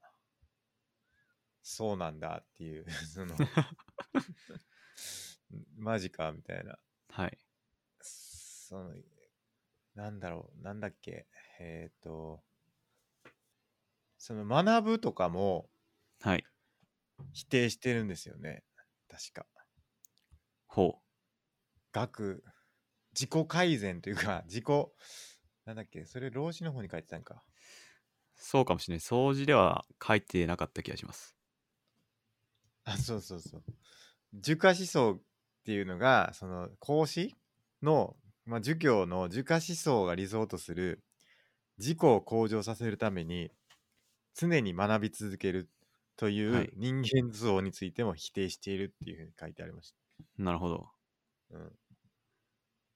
[SPEAKER 1] そうなんだっていう そのマジかみたいな
[SPEAKER 2] はい
[SPEAKER 1] そのなんだろうなんだっけえっ、とその学ぶとかも
[SPEAKER 2] はい
[SPEAKER 1] 否定してるんですよね確か
[SPEAKER 2] ほ
[SPEAKER 1] 学自己改善というか 自己なんだっけそれ老子の方に書いてたんか
[SPEAKER 2] うそうかもしれない掃除では書いてなかった気がします
[SPEAKER 1] あそうそうそう儒家思想っていうのがその孔子の、まあ、儒教の儒家思想が理想とする自己を向上させるために常に学び続けるとい
[SPEAKER 2] は
[SPEAKER 1] う
[SPEAKER 2] い
[SPEAKER 1] 人間像についても否定しているっていうふうに書いてありました
[SPEAKER 2] なるほど
[SPEAKER 1] うん。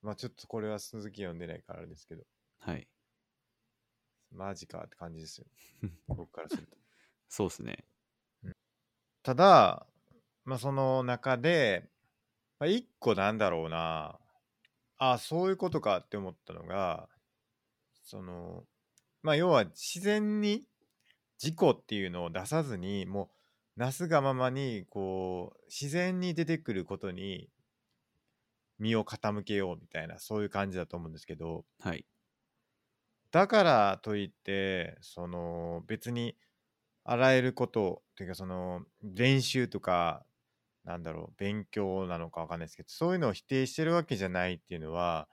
[SPEAKER 1] まあちょっとこれは鈴木読んでないからあれですけど、
[SPEAKER 2] はい
[SPEAKER 1] マジかって感じですよ。僕からすると。
[SPEAKER 2] そうですね
[SPEAKER 1] ただ、まあその中で、まあ、一個なんだろうな、あそういうことかって思ったのが、その、まあ要は自然に事故っていうのを出さずに、もうなすがままに、こう、自然に出てくることに身を傾けようみたいな、そういう感じだと思うんですけど、
[SPEAKER 2] はい
[SPEAKER 1] だからといってその別にあらゆることというかその練習とかなんだろう勉強なのかわかんないですけどそういうのを否定してるわけじゃないっていうのは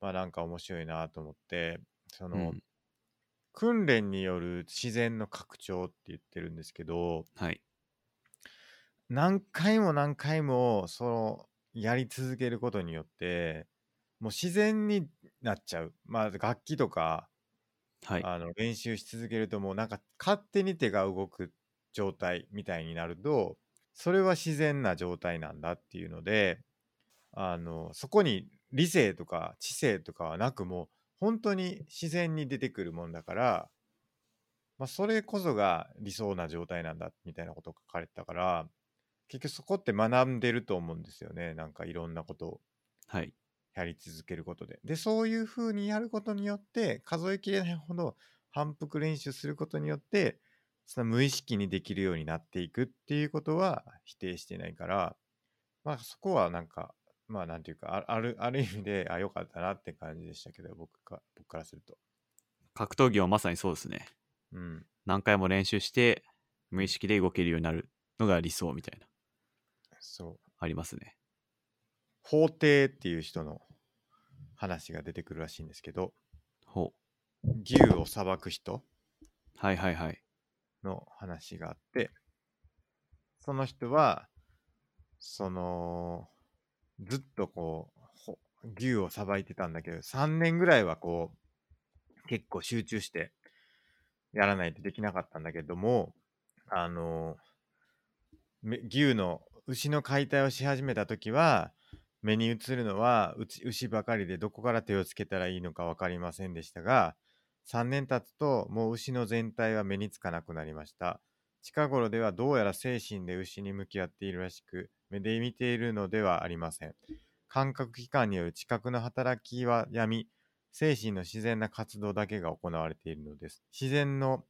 [SPEAKER 1] まあなんか面白いなと思ってその、
[SPEAKER 2] うん
[SPEAKER 1] 訓練による自然の拡張って言ってるんですけど
[SPEAKER 2] はい
[SPEAKER 1] 何回も何回もそのやり続けることによってもう自然になっちゃうまあ楽器とか
[SPEAKER 2] はい
[SPEAKER 1] あの練習し続けるともうなんか勝手に手が動く状態みたいになるとそれは自然な状態なんだっていうのであのそこに理性とか知性とかはなくもう本当に自然に出てくるもんだから、まあ、それこそが理想な状態なんだみたいなことを書かれてたから結局そこって学んでると思うんですよねなんかいろんなことを。
[SPEAKER 2] はい
[SPEAKER 1] やり続けることで。で、そういうふうにやることによって、数えきれないほど反復練習することによって、その無意識にできるようになっていくっていうことは否定してないから、まあそこはなんか、まあなんていうか、ああるある意味で、あ、よかったなって感じでしたけど、僕か僕からすると。
[SPEAKER 2] 格闘技はまさにそうですね
[SPEAKER 1] うん。
[SPEAKER 2] 何回も練習して無意識で動けるようになるのが理想みたいな
[SPEAKER 1] そう。
[SPEAKER 2] ありますね
[SPEAKER 1] 法廷っていう人の話が出てくるらしいんですけど、
[SPEAKER 2] ほ
[SPEAKER 1] 牛を裁く人
[SPEAKER 2] うはいはいはい
[SPEAKER 1] の話があってその人はそのずっとこうほ牛をさばいてたんだけど3年ぐらいはこう結構集中してやらないとできなかったんだけどもあのめ牛の牛の解体をし始めた時は目に映るのはうち牛ばかりでどこから手をつけたらいいのか分かりませんでしたが3年経つともう牛の全体は目につかなくなりました近頃ではどうやら精神で牛に向き合っているらしく目で見ているのではありません感覚器官による知覚の働きは闇精神の自然な活動だけが行われているのです自然の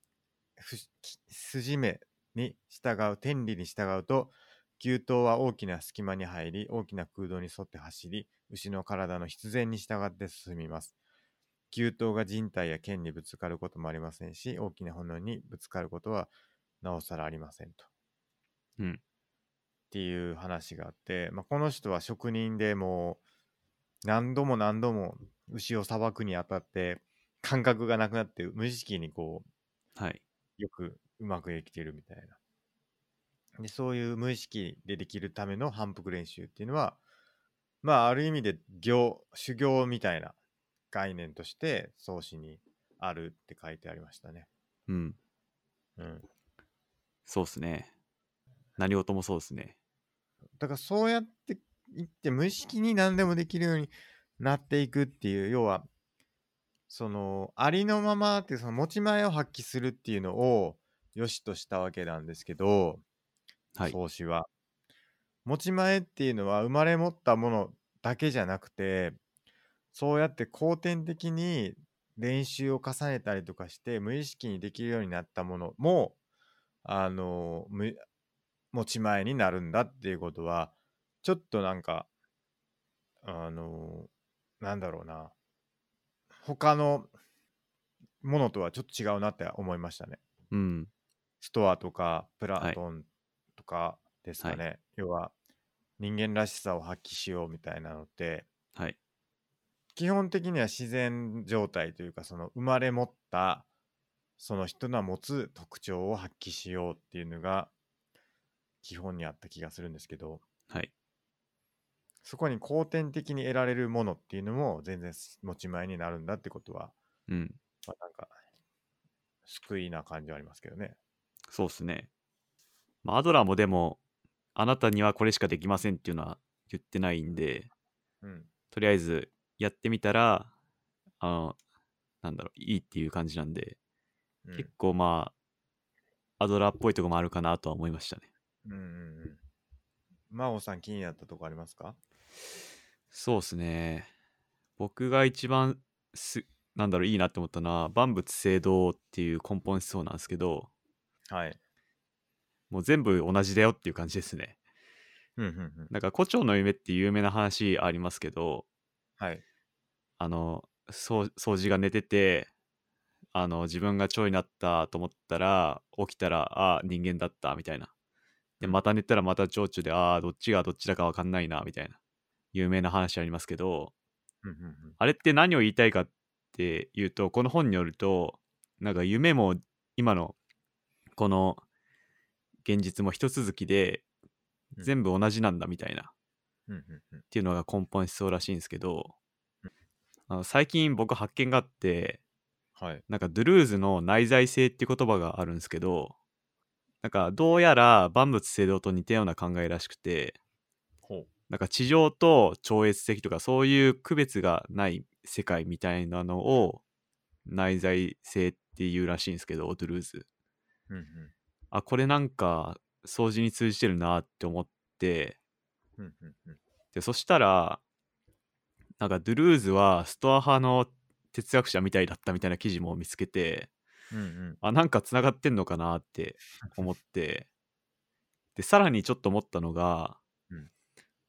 [SPEAKER 1] ふし筋目に従う天理に従うと牛刀は大きな隙間に入り大きな空洞に沿って走り牛の体の必然に従って進みます給湯が人体や腱にぶつかることもありませんし、大きな炎にぶつかることはなおさらありませんと。
[SPEAKER 2] うん
[SPEAKER 1] っていう話があって、まあ、この人は職人でもう何度も何度も牛を捌くにあたって感覚がなくなって無意識にこう
[SPEAKER 2] はい。
[SPEAKER 1] よくうまくできてるみたいな。で、そういう無意識でできるための反復練習っていうのは、まあ、ある意味で行、修行みたいな概念として、創始にあるって書いてありましたね。
[SPEAKER 2] うん。
[SPEAKER 1] うん。
[SPEAKER 2] そうっすね。何事もそうっすね。
[SPEAKER 1] だからそうやっていって、無意識に何でもできるようになっていくっていう、要は、その、ありのままっていう、その持ち前を発揮するっていうのを、良しとしたわけなんですけど、
[SPEAKER 2] はい。
[SPEAKER 1] 創始は。持ち前っていうのは生まれ持ったものだけじゃなくてそうやって後天的に練習を重ねたりとかして無意識にできるようになったものもあのむ持ち前になるんだっていうことはちょっとなんかあのなんだろうな他のものとはちょっと違うなって思いましたね。
[SPEAKER 2] うん。
[SPEAKER 1] ストアとかプラトンとかですかね、要は人間らしさを発揮しようみたいなのって
[SPEAKER 2] はい。
[SPEAKER 1] 基本的には自然状態というかその生まれ持ったその人の持つ特徴を発揮しようっていうのが基本にあった気がするんですけど
[SPEAKER 2] はい。
[SPEAKER 1] そこに後天的に得られるものっていうのも全然持ち前になるんだってことは、
[SPEAKER 2] うん。
[SPEAKER 1] まあ、なんか救いな感じはありますけどね。
[SPEAKER 2] そうっすね。まあ、アドラーもでも、あなたにはこれしかできませんっていうのは言ってないんで、
[SPEAKER 1] うん、
[SPEAKER 2] とりあえずやってみたら、あの、なんだろう、いいっていう感じなんで、
[SPEAKER 1] うん
[SPEAKER 2] 結構まあ、アドラーっぽいとこもあるかなとは思いましたね。
[SPEAKER 1] うんうんうん。真央さん気になったとこありますか
[SPEAKER 2] そうっすね。僕が一番す、なんだろう、いいなって思ったのは、万物聖堂っていう根本思想なんですけど、
[SPEAKER 1] はい。
[SPEAKER 2] もう全部同じだよっていう感じですね。
[SPEAKER 1] うんうんうん。
[SPEAKER 2] なんか、胡蝶の夢っていう有名な話ありますけど、
[SPEAKER 1] はい。
[SPEAKER 2] あの、そう掃除が寝てて、あの、自分が蝶になったと思ったら、起きたら、ああ、人間だった、みたいな。で、また寝たらまた蝶々で、ああ、どっちがどっちだかわかんないな、みたいな。有名な話ありますけど、
[SPEAKER 1] うんうんうん。
[SPEAKER 2] あれって何を言いたいかっていうと、この本によると、なんか夢も今のこの現実も一続きで
[SPEAKER 1] うん
[SPEAKER 2] 全部同じなんだみたいな、っ
[SPEAKER 1] うんうんうん。
[SPEAKER 2] ていうのが根本思想らしいんですけど、あの最近僕発見があって、
[SPEAKER 1] はい。
[SPEAKER 2] なんかドゥルーズの内在性っていう言葉があるんですけど、なんかどうやら万物聖堂と似たような考えらしくて、
[SPEAKER 1] ほ
[SPEAKER 2] なんか地上と超越的とかそういう区別がない世界みたいなのを内在性っていうらしいんですけど、オトゥルーズ。
[SPEAKER 1] う。うんうん。
[SPEAKER 2] あ、これなんか掃除に通じてるなって思って、
[SPEAKER 1] うんうんうん。
[SPEAKER 2] で、そしたら、なんかドゥルーズはストア派の哲学者みたいだったみたいな記事も見つけて、
[SPEAKER 1] うんうん。
[SPEAKER 2] あ、なんか繋がってんのかなって思って、で、さらにちょっと思ったのが、
[SPEAKER 1] うん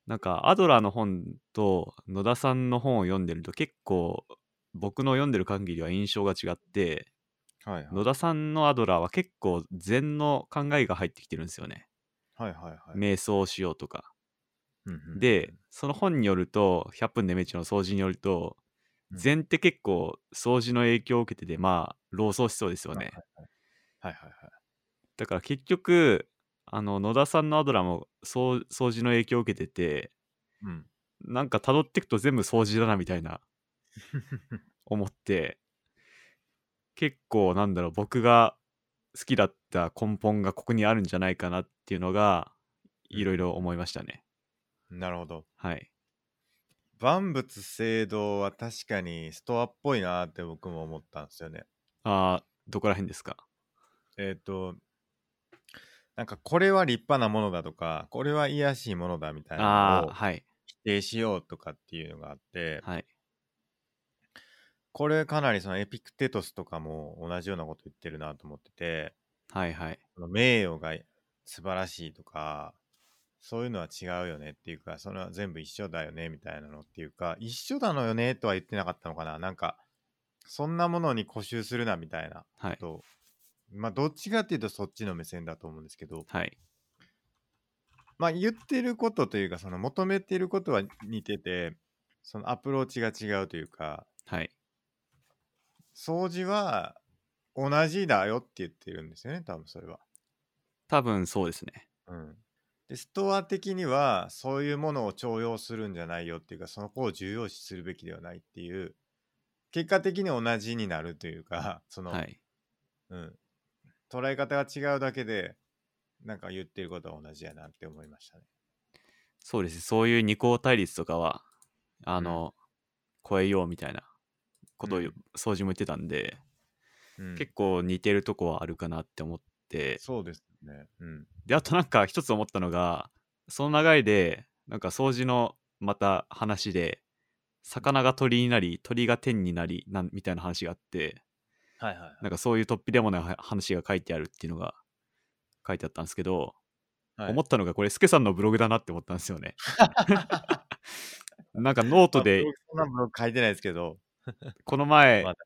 [SPEAKER 2] なんかアドラーの本と野田さんの本を読んでると結構僕の読んでる限りは印象が違って、
[SPEAKER 1] はいはい。
[SPEAKER 2] 野田さんのアドラーは結構禅の考えが入ってきてるんですよね。
[SPEAKER 1] はいはいはい。
[SPEAKER 2] 瞑想をしようとか。
[SPEAKER 1] うんうんうん、
[SPEAKER 2] で、その本によると、100分でメチの掃除によると、
[SPEAKER 1] うん
[SPEAKER 2] 禅って結構掃除の影響を受けてて、まあ、老僧思想ですよね。
[SPEAKER 1] はいはいはい。
[SPEAKER 2] だから結局あの野田さんのアドラーも掃掃除の影響を受けてて
[SPEAKER 1] うん。
[SPEAKER 2] なんか辿ってくと全部掃除だなみたいな思って結構なんだろう僕が好きだった根本がここにあるんじゃないかなっていうのが
[SPEAKER 1] うん
[SPEAKER 2] いろいろ思いましたね、
[SPEAKER 1] なるほど。
[SPEAKER 2] はい
[SPEAKER 1] 万物聖堂は確かにストアっぽいなーって僕も思ったんですよね。
[SPEAKER 2] あーどこら辺ですか
[SPEAKER 1] えっ、と、なんかこれは立派なものだとか、これは癒やしいものだみたいな
[SPEAKER 2] あ
[SPEAKER 1] の
[SPEAKER 2] あ
[SPEAKER 1] を
[SPEAKER 2] はい
[SPEAKER 1] 否定しようとかっていうのがあって、
[SPEAKER 2] はい
[SPEAKER 1] これかなりそのエピクテトスとかも同じようなこと言ってるなと思ってて、
[SPEAKER 2] はいはい
[SPEAKER 1] その名誉が素晴らしいとか、そういうのは違うよねっていうか、それは全部一緒だよねみたいなのっていうか、一緒なのよねとは言ってなかったのかな。なんか、そんなものに固執するなみたいな
[SPEAKER 2] はい
[SPEAKER 1] ことをまあどっちかっていうとそっちの目線だと思うんですけど
[SPEAKER 2] はい
[SPEAKER 1] まあ言ってることというかその求めてることは似ててそのアプローチが違うというか
[SPEAKER 2] はい
[SPEAKER 1] 掃除は同じだよって言ってるんですよね多分それは。
[SPEAKER 2] 多分そうですね
[SPEAKER 1] うん、でストア的にはそういうものを重用するんじゃないよっていうかその子を重要視するべきではないっていう結果的に同じになるというか その、
[SPEAKER 2] はい
[SPEAKER 1] うん、捉え方が違うだけでなんか言ってることは同じやなって思いましたね。
[SPEAKER 2] そうですねそういう二項対立とかはあの、超えようみたいなことを、
[SPEAKER 1] うん
[SPEAKER 2] 掃除も言ってたんで、
[SPEAKER 1] うん、
[SPEAKER 2] 結構似てるとこはあるかなって思って
[SPEAKER 1] そうですね。うん、
[SPEAKER 2] であとなんか一つ思ったのがその流れでなんか掃除のまた話で魚が鳥になり鳥が天になりなんみたいな話があって
[SPEAKER 1] はいはいはい
[SPEAKER 2] なんかそういう突飛でもないは話が書いてあるっていうのが書いてあったんですけど、
[SPEAKER 1] はい。
[SPEAKER 2] 思ったのがこれスケさんのブログだなって思ったんです よねなんかノートで
[SPEAKER 1] まあ僕そんなブログ書いてないですけど、
[SPEAKER 2] この前、
[SPEAKER 1] まだ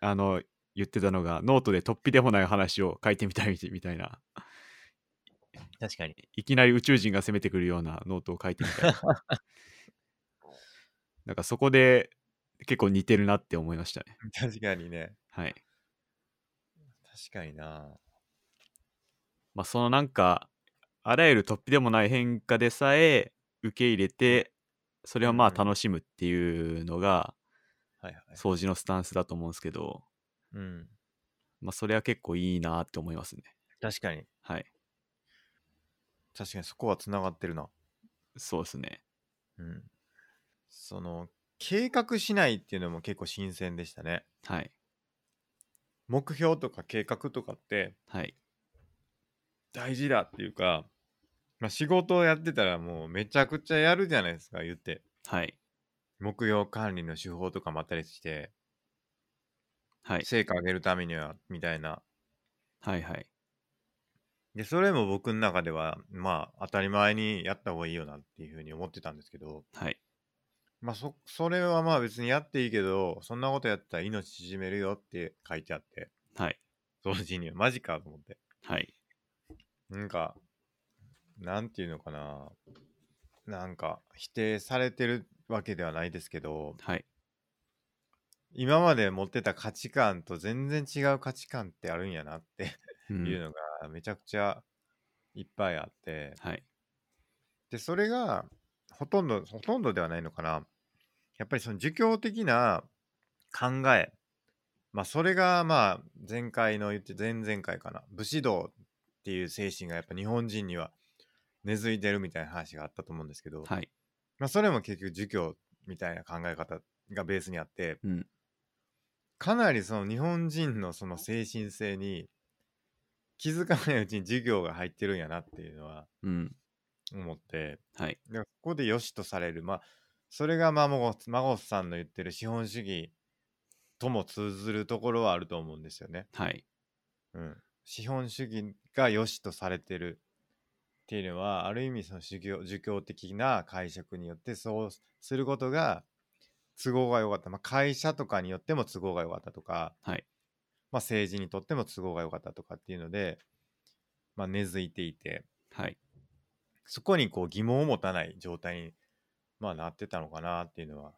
[SPEAKER 2] あの言ってたのがノートで突飛でもない話を書いてみたいみたいな
[SPEAKER 1] 確かに。
[SPEAKER 2] いきなり宇宙人が攻めてくるようなノートを書いてみたい なんかそこで結構似てるなって思いましたね
[SPEAKER 1] 確かにね。
[SPEAKER 2] はい
[SPEAKER 1] 確かにな。
[SPEAKER 2] まあそのなんかあらゆる突飛でもない変化でさえ受け入れてそれをまあ
[SPEAKER 1] うんうん
[SPEAKER 2] 楽しむっていうのが
[SPEAKER 1] はいはい。
[SPEAKER 2] 掃除のスタンスだと思うんですけど
[SPEAKER 1] うん、
[SPEAKER 2] まあそれは結構いいなって思いますね
[SPEAKER 1] 確かに。
[SPEAKER 2] はい
[SPEAKER 1] 確かにそこはつながってるな。
[SPEAKER 2] そうですね
[SPEAKER 1] うん、その計画しないっていうのも結構新鮮でしたね
[SPEAKER 2] はい
[SPEAKER 1] 目標とか計画とかって
[SPEAKER 2] はい
[SPEAKER 1] 大事だっていうか、まあ、仕事をやってたらもうめちゃくちゃやるじゃないですか言って
[SPEAKER 2] はい
[SPEAKER 1] 目標管理の手法とかもあったりして
[SPEAKER 2] はい
[SPEAKER 1] 成果上げるためにはみたいな
[SPEAKER 2] はいはい
[SPEAKER 1] でそれも僕の中ではまあ当たり前にやった方がいいよなっていうふうに思ってたんですけど
[SPEAKER 2] はい
[SPEAKER 1] まあそそれはまあ別にやっていいけどそんなことやったら命縮めるよって書いてあって
[SPEAKER 2] はい
[SPEAKER 1] 同時にマジかと思って
[SPEAKER 2] はい
[SPEAKER 1] なんか、なんていうのかな。なんか、否定されてるわけではないですけど、
[SPEAKER 2] はい
[SPEAKER 1] 今まで持ってた価値観と全然違う価値観ってあるんやなって
[SPEAKER 2] う
[SPEAKER 1] いうんのがめちゃくちゃいっぱいあって、
[SPEAKER 2] はい
[SPEAKER 1] で、それがほとんど、ほとんどではないのかな。やっぱりその儒教的な考え、まあ、それがまあ、前回の言って、前々回かな。武士道っていう精神がやっぱ日本人には根付いてるみたいな話があったと思うんですけど、
[SPEAKER 2] はい
[SPEAKER 1] まあ、それも結局儒教みたいな考え方がベースにあって、
[SPEAKER 2] うん
[SPEAKER 1] かなりその日本人のその精神性に気づかないうちに儒教が入ってるんやなっていうのは
[SPEAKER 2] うん
[SPEAKER 1] 思って、
[SPEAKER 2] はい
[SPEAKER 1] でここで良しとされる、まあ、それがまあ孫孫さんの言ってる資本主義とも通ずるところはあると思うんですよね。
[SPEAKER 2] はい
[SPEAKER 1] うん、資本主義が良しとされてるっていうのはある意味その儒教儒教的な解釈によってそうすることが都合が良かった、まあ、会社とかによっても都合が良かったとか、
[SPEAKER 2] はい
[SPEAKER 1] まあ、政治にとっても都合が良かったとかっていうので、まあ、根付いていて
[SPEAKER 2] はい
[SPEAKER 1] そこにこう疑問を持たない状態に、まあ、なってたのかなっていうのは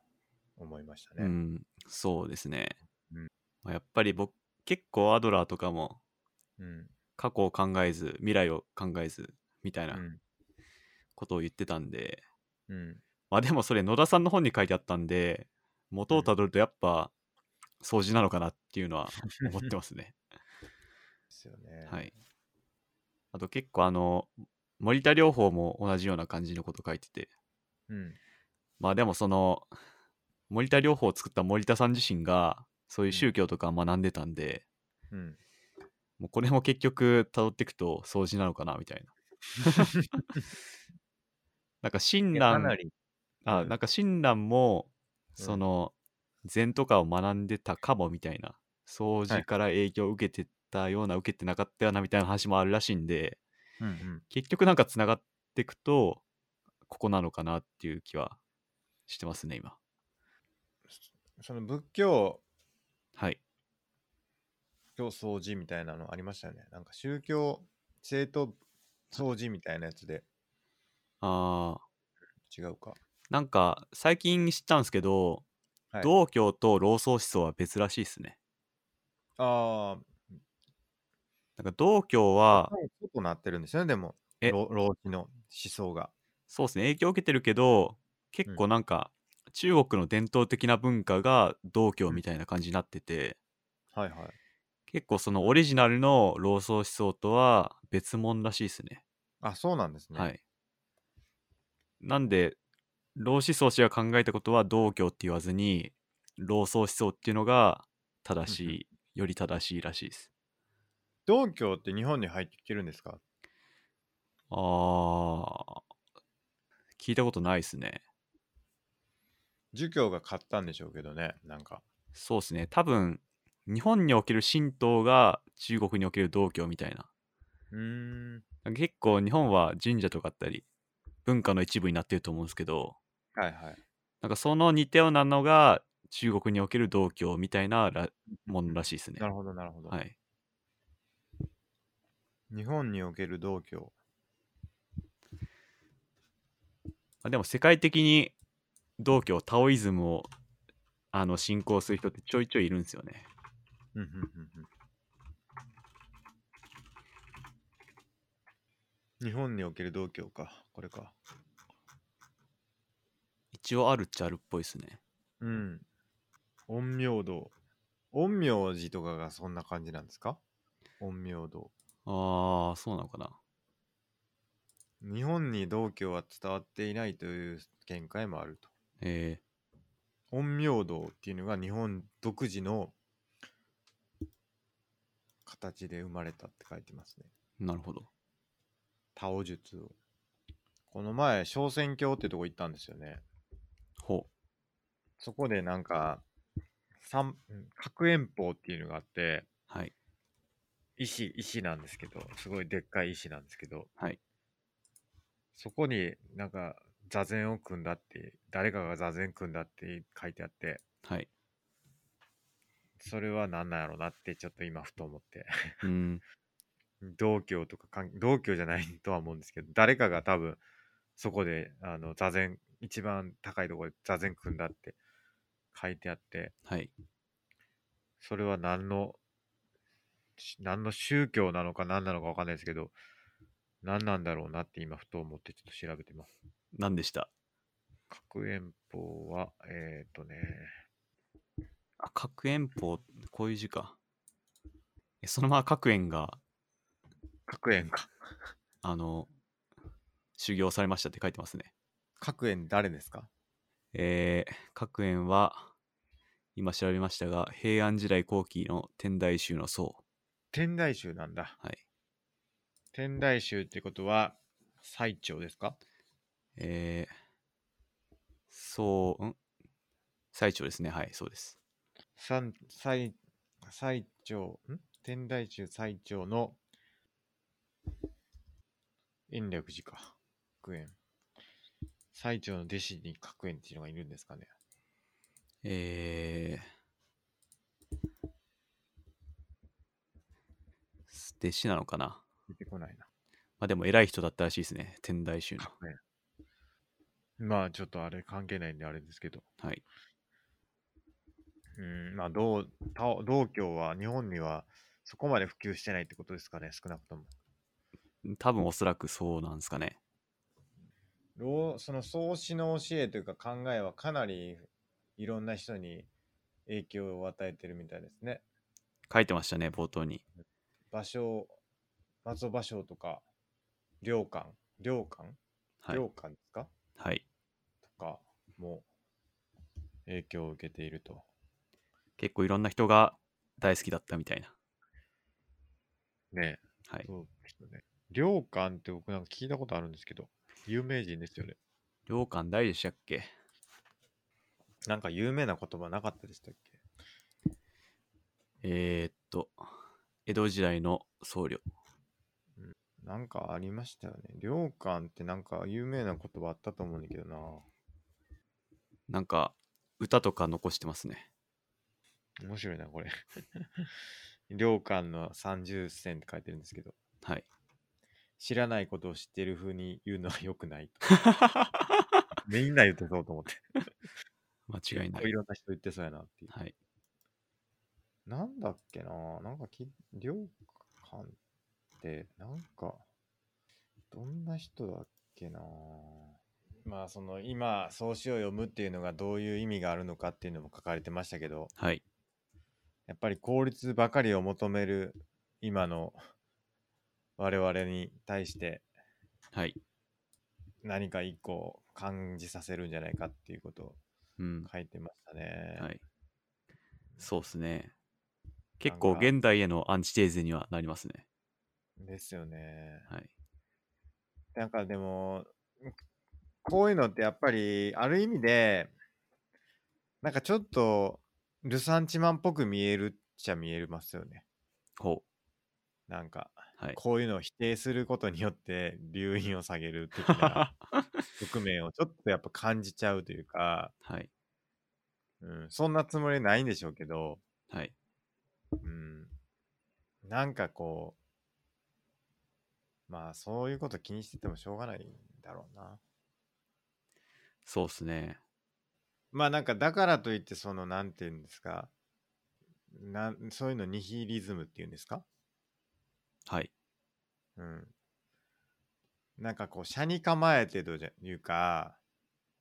[SPEAKER 1] 思いましたね。
[SPEAKER 2] うん、そうですね。
[SPEAKER 1] うん
[SPEAKER 2] まあやっぱり僕、結構アドラーとかも
[SPEAKER 1] うん
[SPEAKER 2] 過去を考えず、未来を考えず、みたいな
[SPEAKER 1] うん
[SPEAKER 2] ことを言ってたんで、
[SPEAKER 1] うん
[SPEAKER 2] まあでもそれ野田さんの本に書いてあったんで、元をたどるとやっぱ掃除なのかなっていうのは思ってますね。
[SPEAKER 1] ですよね。
[SPEAKER 2] はい。あと結構あの、森田療法も同じような感じのこと書いてて、
[SPEAKER 1] うん
[SPEAKER 2] まあでもその、森田療法を作った森田さん自身が、そういう宗教とか学んでたんで、
[SPEAKER 1] うん、
[SPEAKER 2] もうこれも結局辿っていくと掃除なのかなみたいな。 なんか親
[SPEAKER 1] いやか
[SPEAKER 2] 鸞
[SPEAKER 1] なり、
[SPEAKER 2] あ
[SPEAKER 1] うん
[SPEAKER 2] なんか親鸞も
[SPEAKER 1] うん
[SPEAKER 2] その禅とかを学んでたかもみたいな掃
[SPEAKER 1] は
[SPEAKER 2] 除
[SPEAKER 1] い
[SPEAKER 2] から影響を受けてたような、受けてなかったようなみたいな話もあるらしいんで
[SPEAKER 1] うんうん、
[SPEAKER 2] 結局なんかつながっていくとここなのかなっていう気はしてますね今。
[SPEAKER 1] その仏教
[SPEAKER 2] はい。
[SPEAKER 1] 教掃除みたいなのありましたよね。なんか宗教政党掃除みたいなやつで
[SPEAKER 2] あー
[SPEAKER 1] 違うか。
[SPEAKER 2] なんか最近知ったんですけど、
[SPEAKER 1] はい
[SPEAKER 2] 道教と老僧思想は別らしいですね。
[SPEAKER 1] ああ、
[SPEAKER 2] なんか道教は、
[SPEAKER 1] そうとなってるんですよね、でも、
[SPEAKER 2] え
[SPEAKER 1] 老老子の思想が。
[SPEAKER 2] そうですね、影響を受けてるけど、結構なんか、中国の伝統的な文化が道教みたいな感じになってて、
[SPEAKER 1] はいはい。
[SPEAKER 2] 結構そのオリジナルの老僧思想とは別物らしいですね。
[SPEAKER 1] あ、そうなんですね。
[SPEAKER 2] はい。なんで、老思想氏が考えたことは道教って言わずに、老僧思想っていうのが正し
[SPEAKER 1] うん
[SPEAKER 2] い、より正しいらしいです。
[SPEAKER 1] 道教って日本に入ってきてるんですか
[SPEAKER 2] あー、聞いたことないですね。
[SPEAKER 1] 儒教が買ったんでしょうけどね、なんか。
[SPEAKER 2] そうですね。多分、日本における神道が中国における道教みたいな。
[SPEAKER 1] うーん。
[SPEAKER 2] なんか結構日本は神社とかあったり、文化の一部になってると思うんですけど、
[SPEAKER 1] はいはい。
[SPEAKER 2] なんかその似たようなのが中国における道教みたいならものらしいですね
[SPEAKER 1] な。るほど、なるほど。
[SPEAKER 2] はい。
[SPEAKER 1] 日本における道教。
[SPEAKER 2] まあ、でも世界的に道教タオイズムをあの信仰する人ってちょいちょいいるんですよね。
[SPEAKER 1] うんうんうんうん日本における道教か、これか。
[SPEAKER 2] 一応あるっちゃあるっぽいですね。
[SPEAKER 1] うん。陰陽道。陰陽寺とかがそんな感じなんですか陰陽道。
[SPEAKER 2] ああ、そうなのかな。
[SPEAKER 1] 日本に道教は伝わっていないという見解もあると。
[SPEAKER 2] え
[SPEAKER 1] 陰陽道っていうのが日本独自の形で生まれたって書いてますね。
[SPEAKER 2] ー、なるほど。
[SPEAKER 1] タオ術を。この前、小仙峡ってとこ行ったんですよね。
[SPEAKER 2] ほ
[SPEAKER 1] そこでなんか、三うん角円法っていうのがあって、
[SPEAKER 2] う。はい。
[SPEAKER 1] 石、石なんですけど、すごいでっかい石なんですけど、
[SPEAKER 2] はい。
[SPEAKER 1] そこになんか座禅を組んだって、誰かが座禅組んだって書いてあって、
[SPEAKER 2] はい。
[SPEAKER 1] それは何なんやろなってちょっと今ふと思って。
[SPEAKER 2] うん。
[SPEAKER 1] 同居とか関同居じゃないとは思うんですけど誰かが多分そこであの座禅一番高いところで座禅組んだって書いてあって
[SPEAKER 2] はい。
[SPEAKER 1] それは何のし何の宗教なのか何なのか分かんないですけど何なんだろうなって今ふと思ってちょっと調べてます。
[SPEAKER 2] 何でした
[SPEAKER 1] 核遠方はえっ、ー、とね
[SPEAKER 2] あ、各円法、こういう字か。えそのまま各円が、
[SPEAKER 1] 核縁か
[SPEAKER 2] あの、修行されましたって書いてますね。
[SPEAKER 1] 核縁誰ですか
[SPEAKER 2] えー、各園は今調べましたが平安時代後期の天台宗の僧
[SPEAKER 1] 天台宗なんだ
[SPEAKER 2] はい
[SPEAKER 1] 天台宗ってことは最長ですか
[SPEAKER 2] えー、僧ん最長ですねはいそうです
[SPEAKER 1] 三最最長ん天台宗最長の延暦寺か学園最長の弟子に学園っていうのがいるんですかね
[SPEAKER 2] えー弟子なのかな
[SPEAKER 1] 出てこないな
[SPEAKER 2] まあでも偉い人だったらしいですね天台宗の
[SPEAKER 1] 学園まあちょっとあれ関係ないんであれですけど
[SPEAKER 2] はい
[SPEAKER 1] うんまあ道道道教は日本にはそこまで普及してないってことですかね少なくとも
[SPEAKER 2] 多分おそらくそうなんですかね
[SPEAKER 1] 老その創始の教えというか考えはかなりいろんな人に影響を与えてるみたいですね
[SPEAKER 2] 書いてましたね冒頭に
[SPEAKER 1] 芭蕉松尾芭蕉とか良寛良寛
[SPEAKER 2] はい
[SPEAKER 1] 良寛ですか、
[SPEAKER 2] はい
[SPEAKER 1] とかも影響を受けていると
[SPEAKER 2] 結構いろんな人が大好きだったみたいな
[SPEAKER 1] ね
[SPEAKER 2] はい
[SPEAKER 1] そうですよね良寛って僕なんか聞いたことあるんですけど有名人ですよね
[SPEAKER 2] 良寛大でしたっけ
[SPEAKER 1] なんか有名な言葉なかったでしたっけ
[SPEAKER 2] えー、っと、江戸時代の僧侶。
[SPEAKER 1] なんかありましたよね良寛ってなんか有名な言葉あったと思うんだけどな
[SPEAKER 2] なんか、歌とか残してますね。
[SPEAKER 1] 面白いな、これ。良寛の30銭って書いてるんですけど、
[SPEAKER 2] はい。
[SPEAKER 1] 知らないことを知っている風に言うのは良くないと。みんな言ってそうと思って。
[SPEAKER 2] 間違いないい。
[SPEAKER 1] ろんな人言ってそうやなっていう。
[SPEAKER 2] はい。
[SPEAKER 1] なんだっけななんかき、良寛って、なんか、どんな人だっけなまあ、その、今、創始を読むっていうのがどういう意味があるのかっていうのも書かれてましたけど、
[SPEAKER 2] はい。
[SPEAKER 1] やっぱり効率ばかりを求める今の我々に対して
[SPEAKER 2] はい。
[SPEAKER 1] 何か一個を感じさせるんじゃないかっていうことを
[SPEAKER 2] うん。
[SPEAKER 1] 書いてましたね。
[SPEAKER 2] はい。そうですね。結構現代へのアンチテーゼにはなりますね。
[SPEAKER 1] ですよね。
[SPEAKER 2] はい。
[SPEAKER 1] なんかでもこういうのってやっぱりある意味でなんかちょっとルサンチマンっぽく見えるっちゃ見えますよね。
[SPEAKER 2] ほ
[SPEAKER 1] なんか
[SPEAKER 2] う。はい。
[SPEAKER 1] こういうのを否定することによって留飲を下げる的な
[SPEAKER 2] は
[SPEAKER 1] 側面をちょっとやっぱ感じちゃうというか。
[SPEAKER 2] い。
[SPEAKER 1] うん、そんなつもりないんでしょうけど、
[SPEAKER 2] はい。
[SPEAKER 1] うん、なんかこう、まあそういうこと気にしててもしょうがないんだろうな。
[SPEAKER 2] そうですね。
[SPEAKER 1] まあなんかだからといってそのなんていうんですか、なんそういうのニヒリズムっていうんですか
[SPEAKER 2] はい。
[SPEAKER 1] うん。なんかこう、社に構えてとじゃいうか、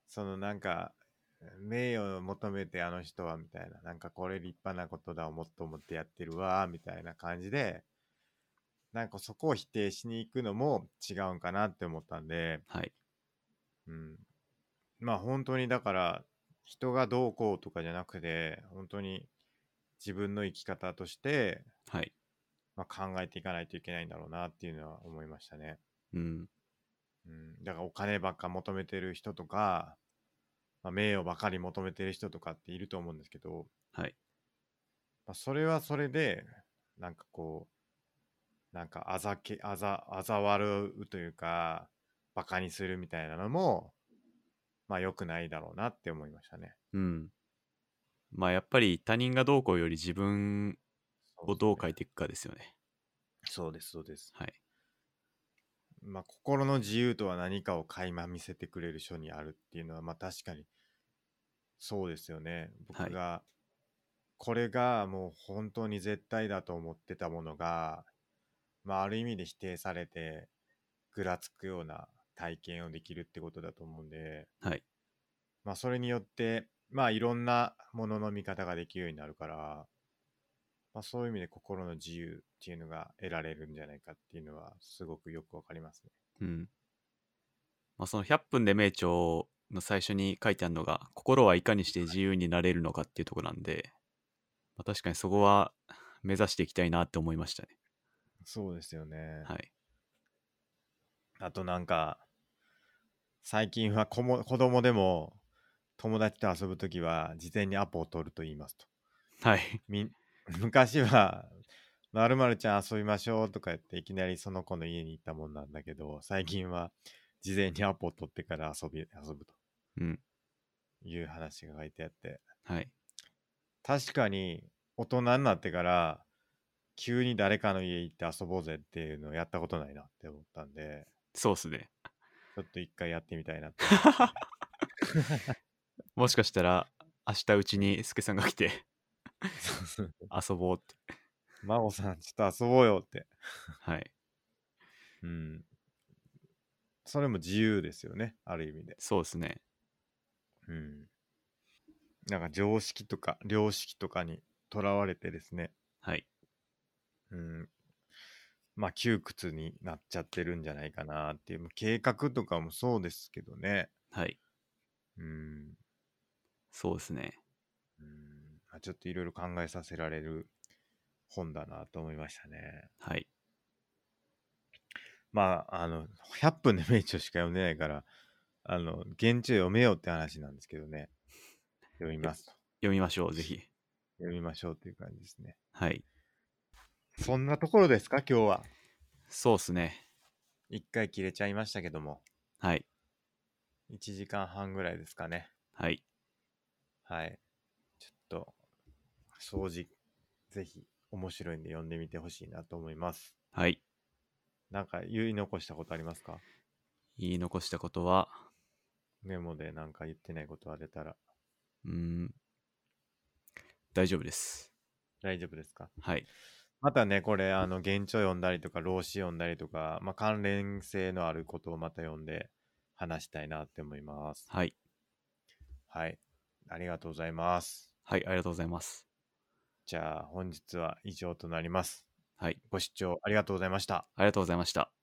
[SPEAKER 1] そのなんか、名誉を求めてあの人はみたいな、なんかこれ立派なことだ、もっと思ってやってるわ、みたいな感じで、なんかそこを否定しに行くのも違うんかなって思ったんで、
[SPEAKER 2] はい。
[SPEAKER 1] うん。まあ本当にだから、人がどうこうとかじゃなくて、本当に自分の生き方として、
[SPEAKER 2] はい。
[SPEAKER 1] まあ、考えていかないといけないんだろうなっていうのは思いましたね。
[SPEAKER 2] うん。
[SPEAKER 1] うん、だからお金ばっか求めてる人とか、まあ、名誉ばかり求めてる人とかっていると思うんですけど、
[SPEAKER 2] はい。
[SPEAKER 1] まあ、それはそれでなんかこうなんかあざけあざあざ笑うというかバカにするみたいなのもまあ良くないだろうなって思いましたね。
[SPEAKER 2] うん。まあやっぱり他人がどうこうより自分
[SPEAKER 1] そ
[SPEAKER 2] をどう書
[SPEAKER 1] い
[SPEAKER 2] いていくかですよね。
[SPEAKER 1] そうですそうです。
[SPEAKER 2] はい。
[SPEAKER 1] まあ、心の自由とは何かを垣間見せてくれる書にあるっていうのは、まあ、確かにそうですよね。
[SPEAKER 2] は
[SPEAKER 1] 僕
[SPEAKER 2] い
[SPEAKER 1] が、これがもう本当に絶対だと思ってたものが、まあ、ある意味で否定されてぐらつくような体験をできるってことだと思うんで、
[SPEAKER 2] はい。
[SPEAKER 1] まあ、それによって、まあ、いろんなものの見方ができるようになるから、まあ、そういう意味で心の自由っていうのが得られるんじゃないかっていうのはすごくよくわかりますね。
[SPEAKER 2] うん。まあその100分で名著の最初に書いてあるのが、心はいかにして自由になれるのかっていうところなんで、まあ、確かにそこは目指していきたいなって思いましたね。
[SPEAKER 1] そうですよね。
[SPEAKER 2] はい。
[SPEAKER 1] あとなんか、最近は子も子供でも友達と遊ぶときは事前にアポを取ると言いますと。
[SPEAKER 2] はい。
[SPEAKER 1] み ん昔は、まるまるちゃん遊びましょうとか言っていきなりその子の家に行ったもんなんだけど、最近は事前にアポを取ってから遊び、遊ぶと
[SPEAKER 2] うん。
[SPEAKER 1] いう話が書いてあって、
[SPEAKER 2] はい。
[SPEAKER 1] 確かに大人になってから急に誰かの家行って遊ぼうぜっていうのをやったことないなって思ったんで、
[SPEAKER 2] そうっす ね。
[SPEAKER 1] ちょっと一回やってみたいなって。
[SPEAKER 2] もしかしたら、明日うちに助さんが来て
[SPEAKER 1] そうそう
[SPEAKER 2] 遊ぼうって。
[SPEAKER 1] 孫さん、ちょっと遊ぼうよって。
[SPEAKER 2] はい。
[SPEAKER 1] うん。それも自由ですよね、ある意味で。
[SPEAKER 2] そうですね。
[SPEAKER 1] うん。なんか常識とか、良識とかにとらわれてですね、
[SPEAKER 2] はい。
[SPEAKER 1] うん。まあ、窮屈になっちゃってるんじゃないかなっていう、計画とかもそうですけどね。
[SPEAKER 2] はい。
[SPEAKER 1] うん。
[SPEAKER 2] そうですね。
[SPEAKER 1] うんまあちょっといろいろ考えさせられる本だなと思いましたね。
[SPEAKER 2] はい。
[SPEAKER 1] まあ、あの、100分で名著しか読んでないから、あの、現地を読めようって話なんですけどね。読みますと。
[SPEAKER 2] 読みましょう、ぜひ。
[SPEAKER 1] 読みましょうという感じですね。
[SPEAKER 2] はい。
[SPEAKER 1] そんなところですか、今日は。
[SPEAKER 2] そうっすね。
[SPEAKER 1] 一回切れちゃいましたけども、
[SPEAKER 2] はい。
[SPEAKER 1] 1時間半ぐらいですかね。
[SPEAKER 2] はい。
[SPEAKER 1] はい。ちょっと、掃除、ぜひ面白いんで読んでみてほしいなと思います。
[SPEAKER 2] はい。
[SPEAKER 1] なんか言い残したことありますか
[SPEAKER 2] 言い残したことは、
[SPEAKER 1] メモでなんか言ってないことあれたら
[SPEAKER 2] うーん、大丈夫です。
[SPEAKER 1] 大丈夫ですか
[SPEAKER 2] はい。
[SPEAKER 1] またね、これ、あの、現状読んだりとか、老子読んだりとか、まあ、関連性のあることをまた読んで話したいなって思います。
[SPEAKER 2] はい。
[SPEAKER 1] はい。ありがとうございます。
[SPEAKER 2] はい、ありがとうございます。
[SPEAKER 1] じゃあ、本日は以上となります。
[SPEAKER 2] はい。
[SPEAKER 1] ご視聴ありがとうございました。
[SPEAKER 2] ありがとうございました。